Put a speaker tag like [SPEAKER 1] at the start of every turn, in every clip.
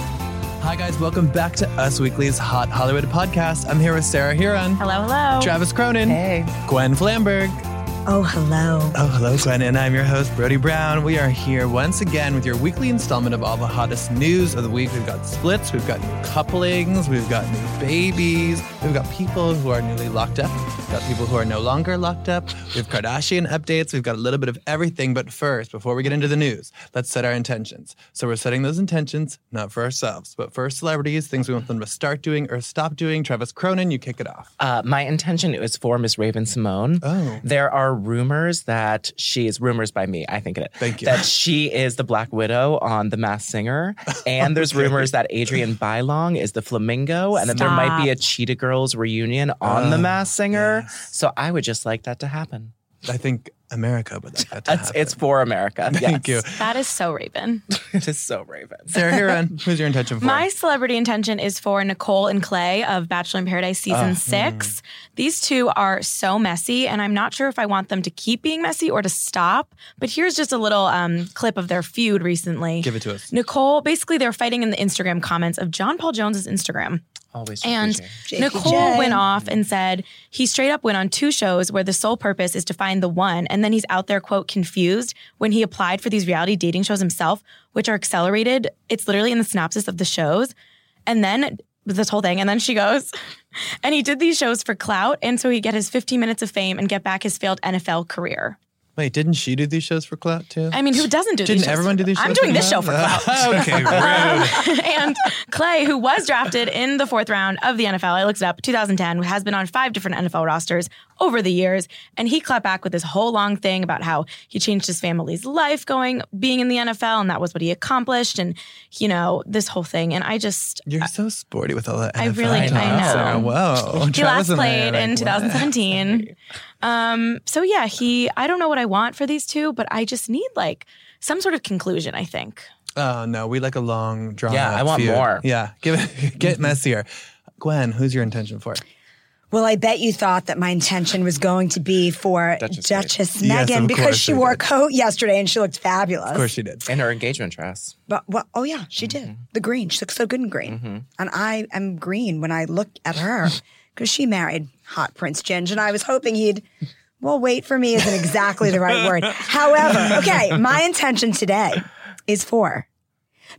[SPEAKER 1] Hi, guys. Welcome back to Us Weekly's Hot Hollywood podcast. I'm here with Sarah Huron,
[SPEAKER 2] Hello, hello.
[SPEAKER 1] Travis Cronin,
[SPEAKER 3] Hey.
[SPEAKER 1] Gwen Flamberg.
[SPEAKER 3] Oh, hello.
[SPEAKER 1] Oh, hello, Gwen, and I'm your host, Brody Brown. We are here once again with your weekly installment of all the hottest news of the week. We've got splits, we've got new couplings, we've got new babies, we've got people who are newly locked up, we've got people who are no longer locked up, we've Kardashian updates, we've got a little bit of everything. But first, before we get into the news, let's set our intentions. So we're setting those intentions not for ourselves, but for celebrities, things we want them to start doing or stop doing. Travis Cronin, you kick it off.
[SPEAKER 4] Uh, my intention is for Miss Raven Simone.
[SPEAKER 1] Oh.
[SPEAKER 4] There are rumors that she is rumors by me. I think it is.
[SPEAKER 1] Thank you.
[SPEAKER 4] That she is the Black Widow on The Masked Singer, and there's rumors that Adrian Bylong is the Flamingo, and that there might be a Cheetah Girls reunion on
[SPEAKER 1] Oh,
[SPEAKER 4] The Masked Singer. So I would just like that to happen.
[SPEAKER 1] I think America would like that to
[SPEAKER 4] It's,
[SPEAKER 1] happen.
[SPEAKER 4] it's for America.
[SPEAKER 1] Thank
[SPEAKER 4] yes.
[SPEAKER 1] you.
[SPEAKER 2] That is so Raven.
[SPEAKER 4] it is so Raven.
[SPEAKER 1] Sarah Huron, who's your intention for?
[SPEAKER 2] My celebrity intention is for Nicole and Clay of Bachelor in Paradise
[SPEAKER 1] Uh-huh.
[SPEAKER 2] season six. These two are so messy, and I'm not sure if I want them to keep being messy or to stop. But here's just a little um, clip of their feud recently.
[SPEAKER 1] Give it to us.
[SPEAKER 2] Nicole, basically, they're fighting in the Instagram comments of John Paul Jones's Instagram.
[SPEAKER 4] Always.
[SPEAKER 2] And
[SPEAKER 4] refreshing.
[SPEAKER 2] Nicole
[SPEAKER 3] J.
[SPEAKER 2] went off and said he straight up went on two shows where the sole purpose is to find the one. And then he's out there, quote, confused when he applied for these reality dating shows himself, which are accelerated. It's literally in the synopsis of the shows. And then this whole thing. And then she goes, and he did these shows for clout. And so he'd get his 15 minutes of fame and get back his failed NFL career.
[SPEAKER 1] Wait, didn't she do these shows for clout too?
[SPEAKER 2] I mean, who doesn't do these
[SPEAKER 1] didn't
[SPEAKER 2] shows
[SPEAKER 1] everyone do
[SPEAKER 2] for-
[SPEAKER 1] these shows?
[SPEAKER 2] I'm doing this show for clout.
[SPEAKER 1] clout. okay, rude.
[SPEAKER 2] and Clay, who was drafted in the fourth round of the NFL, I looked it up, 2010, has been on five different NFL rosters over the years. And he clapped back with this whole long thing about how he changed his family's life going, being in the NFL, and that was what he accomplished. And, you know, this whole thing. And I just,
[SPEAKER 1] You're so sporty with all that. NFL
[SPEAKER 2] I really- I
[SPEAKER 1] talk,
[SPEAKER 2] know.
[SPEAKER 1] Sarah. Whoa.
[SPEAKER 2] he last played in 2017. Um, so yeah, he, I don't know what I want for these two, but I just need like some sort of conclusion, I think.
[SPEAKER 1] Oh no, we like a long drawn.
[SPEAKER 4] Yeah, I want
[SPEAKER 1] feud.
[SPEAKER 4] more.
[SPEAKER 1] Yeah, give it, get messier. Gwen, who's your intention for?
[SPEAKER 3] Well, I bet you thought that my intention was going to be for
[SPEAKER 4] Duchess
[SPEAKER 3] Duchess,
[SPEAKER 1] Megan. Yes,
[SPEAKER 3] Megan
[SPEAKER 1] of course
[SPEAKER 3] because she
[SPEAKER 1] we
[SPEAKER 3] wore
[SPEAKER 1] did.
[SPEAKER 3] a coat yesterday and she looked fabulous.
[SPEAKER 1] Of course, Mm-hmm. she did.
[SPEAKER 4] in her engagement dress.
[SPEAKER 3] But well, oh yeah, she did. The green. She looks so good in green.
[SPEAKER 1] Mm-hmm.
[SPEAKER 3] And I am green when I look at her because she married hot Prince Ginge, and I was hoping he'd. Well, wait for me isn't exactly the right word. However, okay, my intention today is for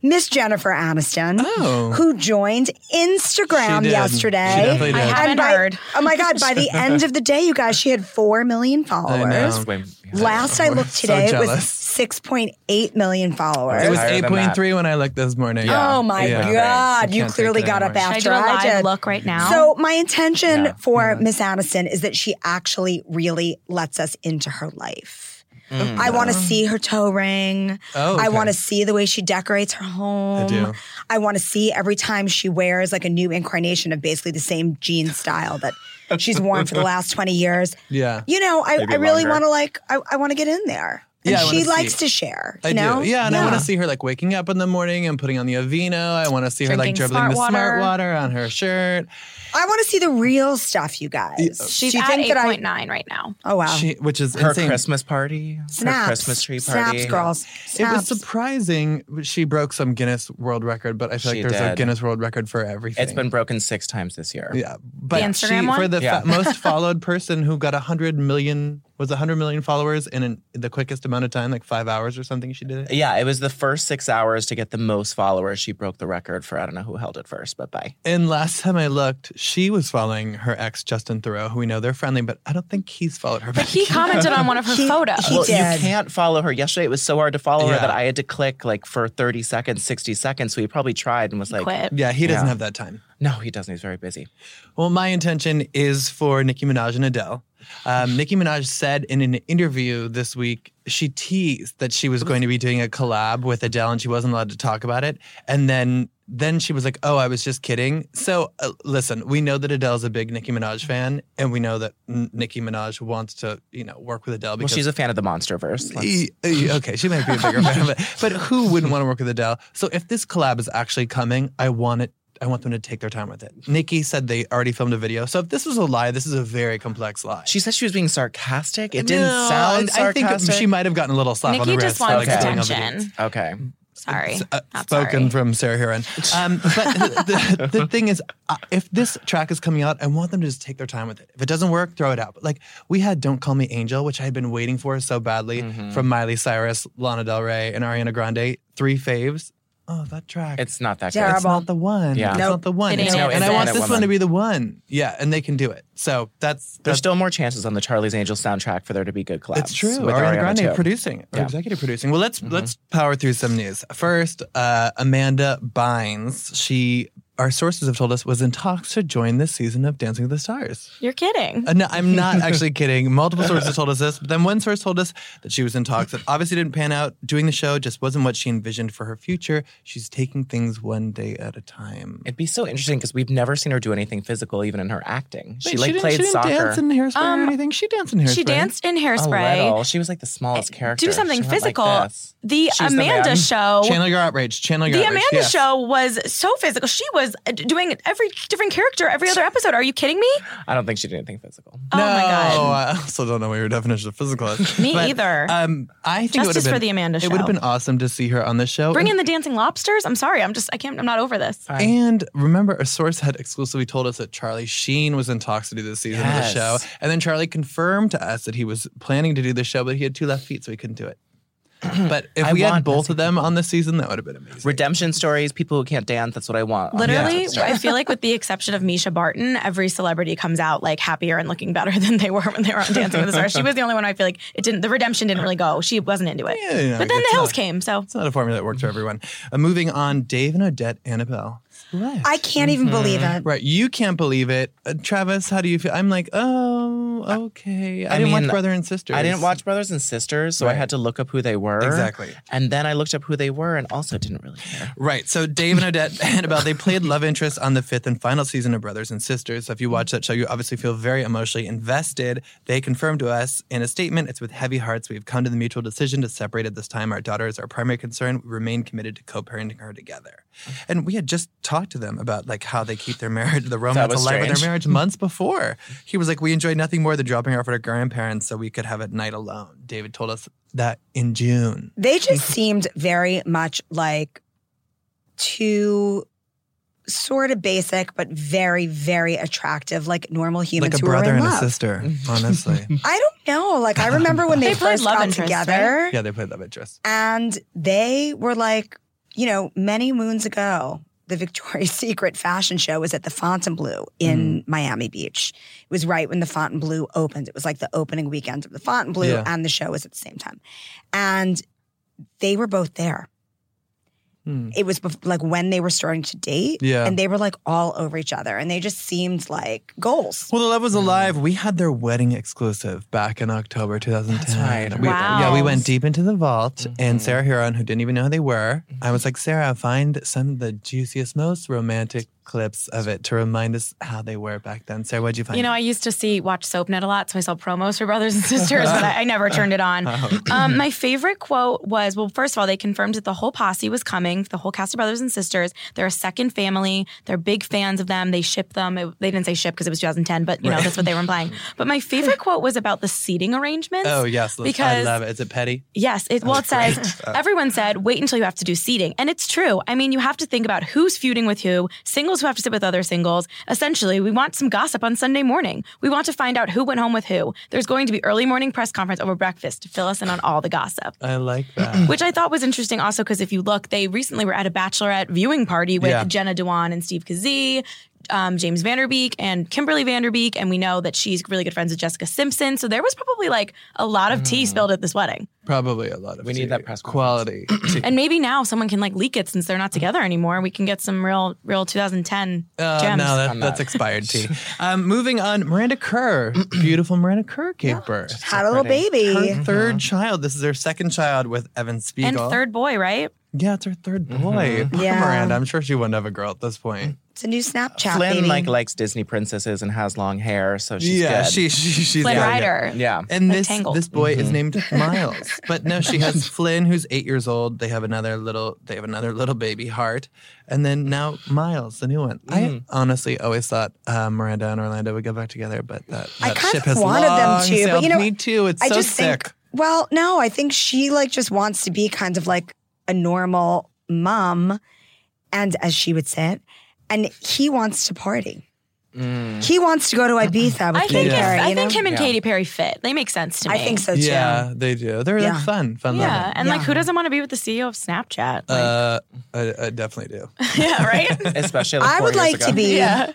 [SPEAKER 3] Miss Jennifer Aniston,
[SPEAKER 1] Oh.
[SPEAKER 3] who joined Instagram
[SPEAKER 1] She did.
[SPEAKER 3] yesterday.
[SPEAKER 1] She definitely did. I
[SPEAKER 2] haven't
[SPEAKER 3] And by-
[SPEAKER 2] heard.
[SPEAKER 3] Oh my God! By the end of the day, you guys, she had four million followers.
[SPEAKER 1] know.
[SPEAKER 4] Swim.
[SPEAKER 3] Last I looked
[SPEAKER 1] So
[SPEAKER 3] today, it was
[SPEAKER 1] jealous.
[SPEAKER 3] 6.8 million followers.
[SPEAKER 1] It was
[SPEAKER 4] Higher than
[SPEAKER 1] eight point three when I looked this morning.
[SPEAKER 3] Oh my
[SPEAKER 1] Yeah.
[SPEAKER 3] God.
[SPEAKER 1] You
[SPEAKER 3] You
[SPEAKER 1] can't
[SPEAKER 3] clearly
[SPEAKER 1] take it
[SPEAKER 3] got up
[SPEAKER 1] anymore.
[SPEAKER 2] Should
[SPEAKER 3] after
[SPEAKER 2] I do a
[SPEAKER 3] I,
[SPEAKER 2] live
[SPEAKER 3] did.
[SPEAKER 2] look right now?
[SPEAKER 3] So my intention
[SPEAKER 4] Yeah.
[SPEAKER 3] for Miss Aniston is that she actually really lets us into her life.
[SPEAKER 4] Mm.
[SPEAKER 3] I want to see her toe ring.
[SPEAKER 1] Oh, Hmm. okay.
[SPEAKER 3] I want to see the way she decorates her home.
[SPEAKER 1] do.
[SPEAKER 3] I want to see every time she wears like a new incarnation of basically the same jean style that she's worn for the last 20 years.
[SPEAKER 1] Yeah.
[SPEAKER 3] You know, I,
[SPEAKER 4] Maybe
[SPEAKER 3] I really
[SPEAKER 4] longer.
[SPEAKER 3] want to like, I, I want to get in there. And
[SPEAKER 1] Yeah, I wanna
[SPEAKER 3] she
[SPEAKER 1] see.
[SPEAKER 3] likes to share. You
[SPEAKER 1] I
[SPEAKER 3] know?
[SPEAKER 1] do. Yeah, and I want to see her like waking up in the morning and putting on the Aveeno. I want to see her like
[SPEAKER 2] Drinking
[SPEAKER 1] dribbling the
[SPEAKER 2] smart
[SPEAKER 1] smart
[SPEAKER 2] water.
[SPEAKER 1] water on her shirt.
[SPEAKER 3] I want to see the real stuff, you guys.
[SPEAKER 2] She's
[SPEAKER 3] Do you
[SPEAKER 2] at
[SPEAKER 3] think that I-
[SPEAKER 2] 8.9 right now.
[SPEAKER 3] Oh wow!
[SPEAKER 1] She, which is
[SPEAKER 4] Her
[SPEAKER 1] insane.
[SPEAKER 4] Christmas party. Her
[SPEAKER 3] snaps,
[SPEAKER 4] Christmas tree party.
[SPEAKER 3] snaps, girls.
[SPEAKER 1] It was
[SPEAKER 3] Snaps.
[SPEAKER 1] surprising. She broke some Guinness World Record, but I feel
[SPEAKER 4] She
[SPEAKER 1] like there's a
[SPEAKER 4] did.
[SPEAKER 1] Guinness World Record for everything.
[SPEAKER 4] It's been broken six times this year.
[SPEAKER 1] yeah, but
[SPEAKER 2] The Instagram
[SPEAKER 1] she, for
[SPEAKER 2] one?
[SPEAKER 1] the
[SPEAKER 4] Yeah.
[SPEAKER 1] fa- most followed person who got hundred million was hundred million followers in, an, in the quickest amount of time, like five hours or something. She did it.
[SPEAKER 4] Yeah, it was the first six hours to get the most followers. She broke the record for I don't know who held it first, but bye.
[SPEAKER 1] And last time I looked, she was following her ex Justin Thoreau, who we know they're friendly, but I don't think he's followed her. back.
[SPEAKER 2] He commented on one of her
[SPEAKER 3] He-
[SPEAKER 2] photos.
[SPEAKER 3] he
[SPEAKER 4] well,
[SPEAKER 3] did.
[SPEAKER 4] you can't follow her. Yesterday, it was so hard to follow
[SPEAKER 1] Yeah.
[SPEAKER 4] her that I had to click like for thirty seconds, sixty seconds. So he probably tried and was like,
[SPEAKER 2] quit.
[SPEAKER 1] yeah, he doesn't
[SPEAKER 4] Yeah.
[SPEAKER 1] have that time.
[SPEAKER 4] "No, he doesn't. He's very busy."
[SPEAKER 1] Well, my intention is for Nicki Minaj and Adele. Um, Nicki Minaj said in an interview this week, she teased that she was going to be doing a collab with Adele and she wasn't allowed to talk about it. And then then she was like, "Oh, I was just kidding." So, uh, listen, we know that Adele's a big Nicki Minaj fan and we know that N- Nicki Minaj wants to, you know, work with Adele
[SPEAKER 4] Well,
[SPEAKER 1] because
[SPEAKER 4] she's a fan of the MonsterVerse. Let's-
[SPEAKER 1] E- e- okay, she might be a bigger fan, but, but who wouldn't want to work with Adele? So if this collab is actually coming, I want it. I want them to take their time with it. Nikki said they already filmed a video. So if this was a lie, this is a very complex lie.
[SPEAKER 4] She said she was being sarcastic. It
[SPEAKER 1] No,
[SPEAKER 4] didn't sound
[SPEAKER 1] I, I
[SPEAKER 4] sarcastic.
[SPEAKER 1] think she might have gotten a little slap on the
[SPEAKER 2] Nikki
[SPEAKER 1] wrist.
[SPEAKER 2] just
[SPEAKER 1] for,
[SPEAKER 2] wants
[SPEAKER 1] like, doing all the
[SPEAKER 2] attention.
[SPEAKER 4] Okay.
[SPEAKER 2] Sorry.
[SPEAKER 1] uh,
[SPEAKER 2] not
[SPEAKER 1] spoken
[SPEAKER 2] sorry.
[SPEAKER 1] from Sarah Huron. Um, but the, the thing is, uh, if this track is coming out, I want them to just take their time with it. If it doesn't work, throw it out. But like we had "Don't Call Me Angel," which I had been waiting for so badly from Miley Cyrus, Lana Del Rey, and Ariana Grande. Three faves. Oh, that track.
[SPEAKER 4] It's not that
[SPEAKER 3] Terrible.
[SPEAKER 4] good.
[SPEAKER 1] It's not the one.
[SPEAKER 4] Yeah.
[SPEAKER 1] It's
[SPEAKER 3] Nope.
[SPEAKER 1] not the one.
[SPEAKER 2] It ain't No, it.
[SPEAKER 1] and I
[SPEAKER 2] it's
[SPEAKER 1] want
[SPEAKER 4] not
[SPEAKER 1] this
[SPEAKER 4] it,
[SPEAKER 1] one to
[SPEAKER 4] woman.
[SPEAKER 1] be the one. Yeah, and they can do it. So that's
[SPEAKER 4] There's
[SPEAKER 1] that's
[SPEAKER 4] still more chances on the Charlie's Angels soundtrack for there to be good collabs.
[SPEAKER 1] It's true.
[SPEAKER 4] With
[SPEAKER 1] Ariana, Grande
[SPEAKER 4] too.
[SPEAKER 1] producing or
[SPEAKER 4] Yeah.
[SPEAKER 1] executive producing. Well, let's let's power through some news. First, uh, Amanda Bynes. She, our sources have told us, was in talks to join this season of Dancing with the Stars.
[SPEAKER 2] You're kidding.
[SPEAKER 1] Uh, no, I'm not actually kidding. Multiple sources told us this, but then one source told us that she was in talks that obviously didn't pan out. Doing the show just wasn't what she envisioned for her future. She's taking things one day at a time.
[SPEAKER 4] It'd be so interesting because we've never seen her do anything physical, even in her acting.
[SPEAKER 1] Wait,
[SPEAKER 4] she like
[SPEAKER 1] didn't-
[SPEAKER 4] played
[SPEAKER 1] she didn't
[SPEAKER 4] soccer.
[SPEAKER 1] dance in hairspray or
[SPEAKER 2] Um,
[SPEAKER 1] anything. She danced in hairspray.
[SPEAKER 2] She danced in
[SPEAKER 4] a
[SPEAKER 2] hairspray.
[SPEAKER 4] little. She was like the smallest character.
[SPEAKER 2] Do something
[SPEAKER 4] She went like
[SPEAKER 2] physical.
[SPEAKER 4] this.
[SPEAKER 2] the
[SPEAKER 4] She's the
[SPEAKER 2] Amanda
[SPEAKER 4] man.
[SPEAKER 2] show.
[SPEAKER 1] Channel your outrage. Channel your
[SPEAKER 2] the
[SPEAKER 1] outrage.
[SPEAKER 2] Amanda
[SPEAKER 1] Yes.
[SPEAKER 2] show was so physical. She was uh, doing every different character every other episode. Are you kidding me?
[SPEAKER 4] I don't think she did anything physical.
[SPEAKER 2] Oh my
[SPEAKER 1] No,
[SPEAKER 2] god.
[SPEAKER 1] I also don't know what your definition of physical is.
[SPEAKER 2] Me
[SPEAKER 1] But,
[SPEAKER 2] either.
[SPEAKER 1] Um, I think it would have
[SPEAKER 2] Justice
[SPEAKER 1] been,
[SPEAKER 2] for the Amanda
[SPEAKER 1] It would have
[SPEAKER 2] Show.
[SPEAKER 1] been awesome to see her on the show.
[SPEAKER 2] Bring
[SPEAKER 1] and,
[SPEAKER 2] in the dancing lobsters. I'm sorry. I'm just I can't I'm not over this.
[SPEAKER 1] and remember, a source had exclusively told us that Charlie Sheen was in talks to do this season
[SPEAKER 4] Yes.
[SPEAKER 1] of the show, and then Charlie confirmed to us that he was planning to do the show, but he had two left feet, so he couldn't do it. But if
[SPEAKER 4] I
[SPEAKER 1] we had
[SPEAKER 4] want
[SPEAKER 1] both of them on this season, that would have been amazing.
[SPEAKER 4] Redemption stories, people who can't dance. That's what I want. on
[SPEAKER 2] Literally,
[SPEAKER 4] Netflix.
[SPEAKER 2] I feel like with the exception of Misha Barton, every celebrity comes out like happier and looking better than they were when they were on Dancing with the Stars. She was the only one I feel like it didn't the redemption didn't really go. She wasn't into it.
[SPEAKER 1] Yeah, you know,
[SPEAKER 2] but then the
[SPEAKER 1] it's
[SPEAKER 2] hills
[SPEAKER 1] not-
[SPEAKER 2] came, so
[SPEAKER 1] It's not a formula that works for everyone. Uh, moving on, Dave and Odette Annabelle. Left.
[SPEAKER 3] I can't even believe it.
[SPEAKER 1] Right, you can't believe it, uh, Travis. How do you feel? I'm like, oh, okay. I,
[SPEAKER 4] I
[SPEAKER 1] didn't watch
[SPEAKER 4] mean,
[SPEAKER 1] Brother and Sister.
[SPEAKER 4] I didn't watch Brothers and Sisters, so I
[SPEAKER 1] Right.
[SPEAKER 4] had to look up who they were.
[SPEAKER 1] Exactly.
[SPEAKER 4] And then I looked up who they were and also didn't really care.
[SPEAKER 1] Right. So Dave and Odette Annabelle, they played love interest on the fifth and final season of Brothers and Sisters. So if you watch that show, you obviously feel very emotionally invested. They confirmed to us in a statement, it's with heavy hearts we've come to the mutual decision to separate at this time. Our daughter is our primary concern. We remain committed to co-parenting her together. And we had just talked to them about like how they keep their marriage, the romance
[SPEAKER 4] was
[SPEAKER 1] alive in their
[SPEAKER 4] strange.
[SPEAKER 1] marriage months before. He was like, We enjoyed nothing more than dropping her off at her grandparents so we could have a night alone. David told us that in June.
[SPEAKER 3] They just
[SPEAKER 1] Mm-hmm.
[SPEAKER 3] seemed very much like two sort of basic, but very, very attractive, like normal humans
[SPEAKER 1] Like a
[SPEAKER 3] who are
[SPEAKER 1] brother
[SPEAKER 3] in
[SPEAKER 1] and a
[SPEAKER 3] love.
[SPEAKER 1] sister, honestly.
[SPEAKER 3] I don't know. Like I remember when they,
[SPEAKER 2] They played
[SPEAKER 3] first
[SPEAKER 2] love
[SPEAKER 3] got
[SPEAKER 2] interest,
[SPEAKER 3] together,
[SPEAKER 1] yeah, they played love interest.
[SPEAKER 3] and they were like, you know, many moons ago. The Victoria's Secret fashion show was at the Fontainebleau in
[SPEAKER 1] Mm-hmm.
[SPEAKER 3] Miami Beach. It was right when the Fontainebleau opened. It was like the opening weekend of the Fontainebleau,
[SPEAKER 1] Yeah.
[SPEAKER 3] and the show was at the same time. And they were both there.
[SPEAKER 1] Hmm.
[SPEAKER 3] it was bef- like when they were starting to date.
[SPEAKER 1] Yeah.
[SPEAKER 3] And they were like all over each other and they just seemed like goals.
[SPEAKER 1] Well, the love was alive. We had their wedding exclusive back in October 2010.
[SPEAKER 4] That's right.
[SPEAKER 1] We-
[SPEAKER 2] Wow.
[SPEAKER 1] Yeah, we went deep into the vault, and
[SPEAKER 4] Mhm.
[SPEAKER 1] Sarah Huron, who didn't even know who they were, I
[SPEAKER 4] Mm-hmm.
[SPEAKER 1] was like, Sarah, find some of the juiciest, most romantic clips of it to remind us how they were back then. Sarah, what'd you find?
[SPEAKER 2] You know, I used to see watch SoapNet a lot, so I saw promos for Brothers and Sisters, but I, I never turned it on.
[SPEAKER 1] Oh.
[SPEAKER 2] Um, my favorite quote was, well, first of all, they confirmed that the whole posse was coming, the whole cast of Brothers and Sisters. They're a second family. They're big fans of them. They ship them. It- they didn't say ship because it was 2010, but you know that's what they were implying. But my favorite quote was about the seating arrangements.
[SPEAKER 1] oh, yes. I
[SPEAKER 2] Because-
[SPEAKER 1] love it. Is it petty?
[SPEAKER 2] Yes, it, well, it says everyone said wait until you have to do seating, and it's true. I mean, you have to think about who's feuding with who, singles who have to sit with other singles. Essentially, we want some gossip on Sunday morning. We want to find out who went home with who. There's going to be early morning press conference over breakfast to fill us in on all the gossip.
[SPEAKER 1] I like that.
[SPEAKER 2] Which I thought was interesting also because if you look, they recently were at a bachelorette viewing party with
[SPEAKER 1] Yeah.
[SPEAKER 2] Jenna Dewan and Steve Kazee, um, James Vanderbeek, and Kimberly Vanderbeek. And we know that she's really good friends with Jessica Simpson. So there was probably like a lot of tea spilled at this wedding.
[SPEAKER 1] Probably a lot of
[SPEAKER 4] We need
[SPEAKER 1] tea.
[SPEAKER 4] that press
[SPEAKER 1] quality. tea.
[SPEAKER 2] And maybe now someone can like leak it since they're not together anymore. We can get some real, real 2010
[SPEAKER 1] Uh,
[SPEAKER 2] gems.
[SPEAKER 1] no, that,
[SPEAKER 4] I'm
[SPEAKER 1] that's
[SPEAKER 4] not.
[SPEAKER 1] expired tea. Um, moving on, Miranda Kerr, beautiful Miranda Kerr gave birth.
[SPEAKER 3] Had a little
[SPEAKER 4] pretty.
[SPEAKER 3] baby.
[SPEAKER 1] Her third child. This is her second child with Evan Spiegel.
[SPEAKER 2] and third boy, right?
[SPEAKER 1] Yeah, it's her third boy. Poor
[SPEAKER 3] Yeah.
[SPEAKER 1] Miranda. I'm sure she wouldn't have a girl at this point.
[SPEAKER 3] It's a new Snapchat
[SPEAKER 4] Flynn
[SPEAKER 3] baby.
[SPEAKER 4] like likes Disney princesses and has long hair, so she's
[SPEAKER 1] yeah,
[SPEAKER 4] good.
[SPEAKER 1] she, she she's
[SPEAKER 2] Flynn
[SPEAKER 1] yeah,
[SPEAKER 2] Rider.
[SPEAKER 1] yeah.
[SPEAKER 4] yeah.
[SPEAKER 1] And
[SPEAKER 2] Like
[SPEAKER 1] this
[SPEAKER 2] Tangled.
[SPEAKER 1] this boy is named Miles. But no, she has Flynn, who's eight years old. They have another little they have another little baby heart. And then now Miles, the new one. I honestly always thought uh, Miranda and Orlando would get back together, but that,
[SPEAKER 3] I
[SPEAKER 1] that
[SPEAKER 3] kind
[SPEAKER 1] ship
[SPEAKER 3] of
[SPEAKER 1] has
[SPEAKER 3] wanted them
[SPEAKER 1] long
[SPEAKER 3] to, but
[SPEAKER 1] sailed.
[SPEAKER 3] you know,
[SPEAKER 1] me too. It's
[SPEAKER 3] I
[SPEAKER 1] so
[SPEAKER 3] just
[SPEAKER 1] sick.
[SPEAKER 3] think well, no, I think she like just wants to be kind of like a normal mom, and as she would say it, and he wants to party.
[SPEAKER 1] Mm.
[SPEAKER 4] Mm.
[SPEAKER 3] He wants to go to Ibiza with
[SPEAKER 2] I think
[SPEAKER 3] Katy
[SPEAKER 1] Yeah.
[SPEAKER 3] Perry.
[SPEAKER 2] if, I
[SPEAKER 3] you know?
[SPEAKER 2] think him and
[SPEAKER 4] Yeah.
[SPEAKER 2] Katy Perry fit. They make sense to me.
[SPEAKER 3] I think so too.
[SPEAKER 1] yeah, they do. They're
[SPEAKER 3] Yeah.
[SPEAKER 1] like fun, fun
[SPEAKER 2] Yeah,
[SPEAKER 1] loving.
[SPEAKER 2] and like
[SPEAKER 3] Yeah.
[SPEAKER 2] who doesn't want to be with the CEO of Snapchat? Like,
[SPEAKER 1] Uh, I, I definitely do.
[SPEAKER 2] yeah, right.
[SPEAKER 4] Especially like
[SPEAKER 3] I
[SPEAKER 4] four
[SPEAKER 3] would
[SPEAKER 4] years
[SPEAKER 3] like
[SPEAKER 4] ago.
[SPEAKER 3] to be.
[SPEAKER 2] yeah,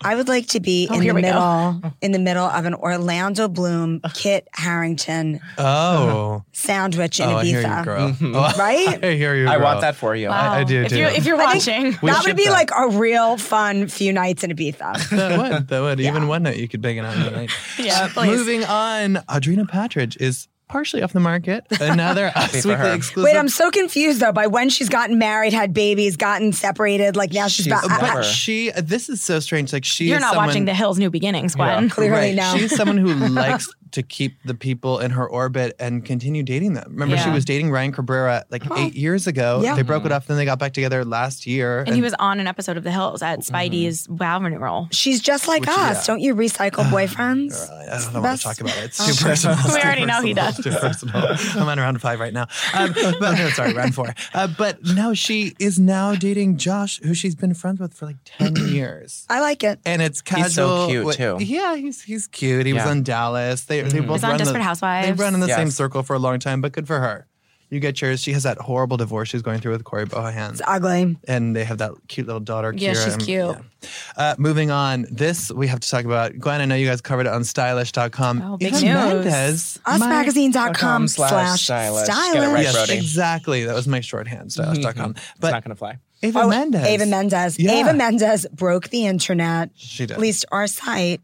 [SPEAKER 3] I would like to be
[SPEAKER 2] Oh,
[SPEAKER 3] in
[SPEAKER 2] here
[SPEAKER 3] the
[SPEAKER 2] we go.
[SPEAKER 3] middle, in the middle of an Orlando Bloom, Kit Harrington
[SPEAKER 1] Oh,
[SPEAKER 3] sandwich in
[SPEAKER 1] oh, I hear you,
[SPEAKER 3] Ibiza.
[SPEAKER 1] girl.
[SPEAKER 2] Mm-hmm.
[SPEAKER 1] Oh,
[SPEAKER 3] Right?
[SPEAKER 1] I hear you.
[SPEAKER 4] I want
[SPEAKER 1] girl.
[SPEAKER 4] that for you.
[SPEAKER 1] I do
[SPEAKER 2] If
[SPEAKER 1] too.
[SPEAKER 2] you're, if you're
[SPEAKER 3] I think
[SPEAKER 2] watching,
[SPEAKER 1] We
[SPEAKER 3] that would
[SPEAKER 1] should
[SPEAKER 3] be
[SPEAKER 1] though.
[SPEAKER 3] like a real fun few nights in Ibiza.
[SPEAKER 1] That would, that would. Even one night you could bang it out in a night.
[SPEAKER 2] yeah, please.
[SPEAKER 1] Moving on, Audrina Patridge is partially off the market. Another Us
[SPEAKER 4] for
[SPEAKER 1] Weekly
[SPEAKER 4] her.
[SPEAKER 1] exclusive.
[SPEAKER 3] Wait, I'm so confused though by when she's gotten married, had babies, gotten separated. Like now she's,
[SPEAKER 4] She's
[SPEAKER 3] back. I- I-
[SPEAKER 1] but
[SPEAKER 4] Never.
[SPEAKER 1] she, this is so strange. Like she,
[SPEAKER 2] You're
[SPEAKER 1] is
[SPEAKER 2] not
[SPEAKER 1] someone,
[SPEAKER 2] watching The Hills New Beginnings, Gwen.
[SPEAKER 3] clearly
[SPEAKER 1] Right.
[SPEAKER 3] no.
[SPEAKER 1] She's someone who likes to keep the people in her orbit and continue dating them. Remember, she
[SPEAKER 2] Yeah. Oh. Mm-hmm.
[SPEAKER 1] was dating Ryan Cabrera like eight years ago.
[SPEAKER 3] Yeah.
[SPEAKER 1] They broke it off, then they got back together last year.
[SPEAKER 2] And, he was on an episode of The Hills at
[SPEAKER 1] Mm-hmm.
[SPEAKER 2] Spidey's Wow renewal.
[SPEAKER 3] she's just like
[SPEAKER 1] yeah.
[SPEAKER 3] us. Don't you recycle boyfriends?
[SPEAKER 1] I
[SPEAKER 3] It's
[SPEAKER 1] don't
[SPEAKER 3] the
[SPEAKER 1] want
[SPEAKER 3] best.
[SPEAKER 1] to talk about it. It's too personal. It's
[SPEAKER 2] Oh, We
[SPEAKER 1] too
[SPEAKER 2] already know he
[SPEAKER 1] personal.
[SPEAKER 2] does.
[SPEAKER 1] It's too personal. I'm on round five right now. Um, but no, sorry, round four. Uh, but no, she is now dating Josh, who she's been friends with for like ten years.
[SPEAKER 3] I like it.
[SPEAKER 1] And it's casual.
[SPEAKER 4] He's so cute,
[SPEAKER 1] Wait,
[SPEAKER 4] too.
[SPEAKER 1] Yeah, he's he's cute. He was
[SPEAKER 4] Yeah. Mm-hmm.
[SPEAKER 1] on Dallas. They they both
[SPEAKER 2] He's on
[SPEAKER 1] run
[SPEAKER 2] Desperate
[SPEAKER 1] the,
[SPEAKER 2] Housewives.
[SPEAKER 1] They run in the
[SPEAKER 4] Yes.
[SPEAKER 1] same circle for a long time, but good for her. You get yours. She has that horrible divorce she's going through with Corey Bohan,
[SPEAKER 3] It's ugly.
[SPEAKER 1] and they have that cute little daughter.
[SPEAKER 2] Yeah,
[SPEAKER 1] Kira.
[SPEAKER 2] she's
[SPEAKER 1] Um,
[SPEAKER 2] cute.
[SPEAKER 1] yeah. Uh, moving on, this we have to talk about. Gwen, I know you guys covered it on stylish.com.
[SPEAKER 2] Oh, big
[SPEAKER 1] Eva
[SPEAKER 2] news.
[SPEAKER 1] Mendes, my-
[SPEAKER 3] Usmagazine.com
[SPEAKER 4] slash
[SPEAKER 3] slash
[SPEAKER 4] stylist.
[SPEAKER 3] stylist.
[SPEAKER 4] Get it right,
[SPEAKER 1] Yes,
[SPEAKER 4] Brody.
[SPEAKER 1] exactly. That was my shorthand, stylish.com.
[SPEAKER 2] Mm-hmm.
[SPEAKER 4] It's
[SPEAKER 1] But
[SPEAKER 4] not gonna fly.
[SPEAKER 1] Eva
[SPEAKER 3] Oh,
[SPEAKER 1] Mendes.
[SPEAKER 3] Ava Mendez.
[SPEAKER 1] Yeah.
[SPEAKER 3] Ava Mendez broke the internet,
[SPEAKER 1] She did.
[SPEAKER 3] at least our site,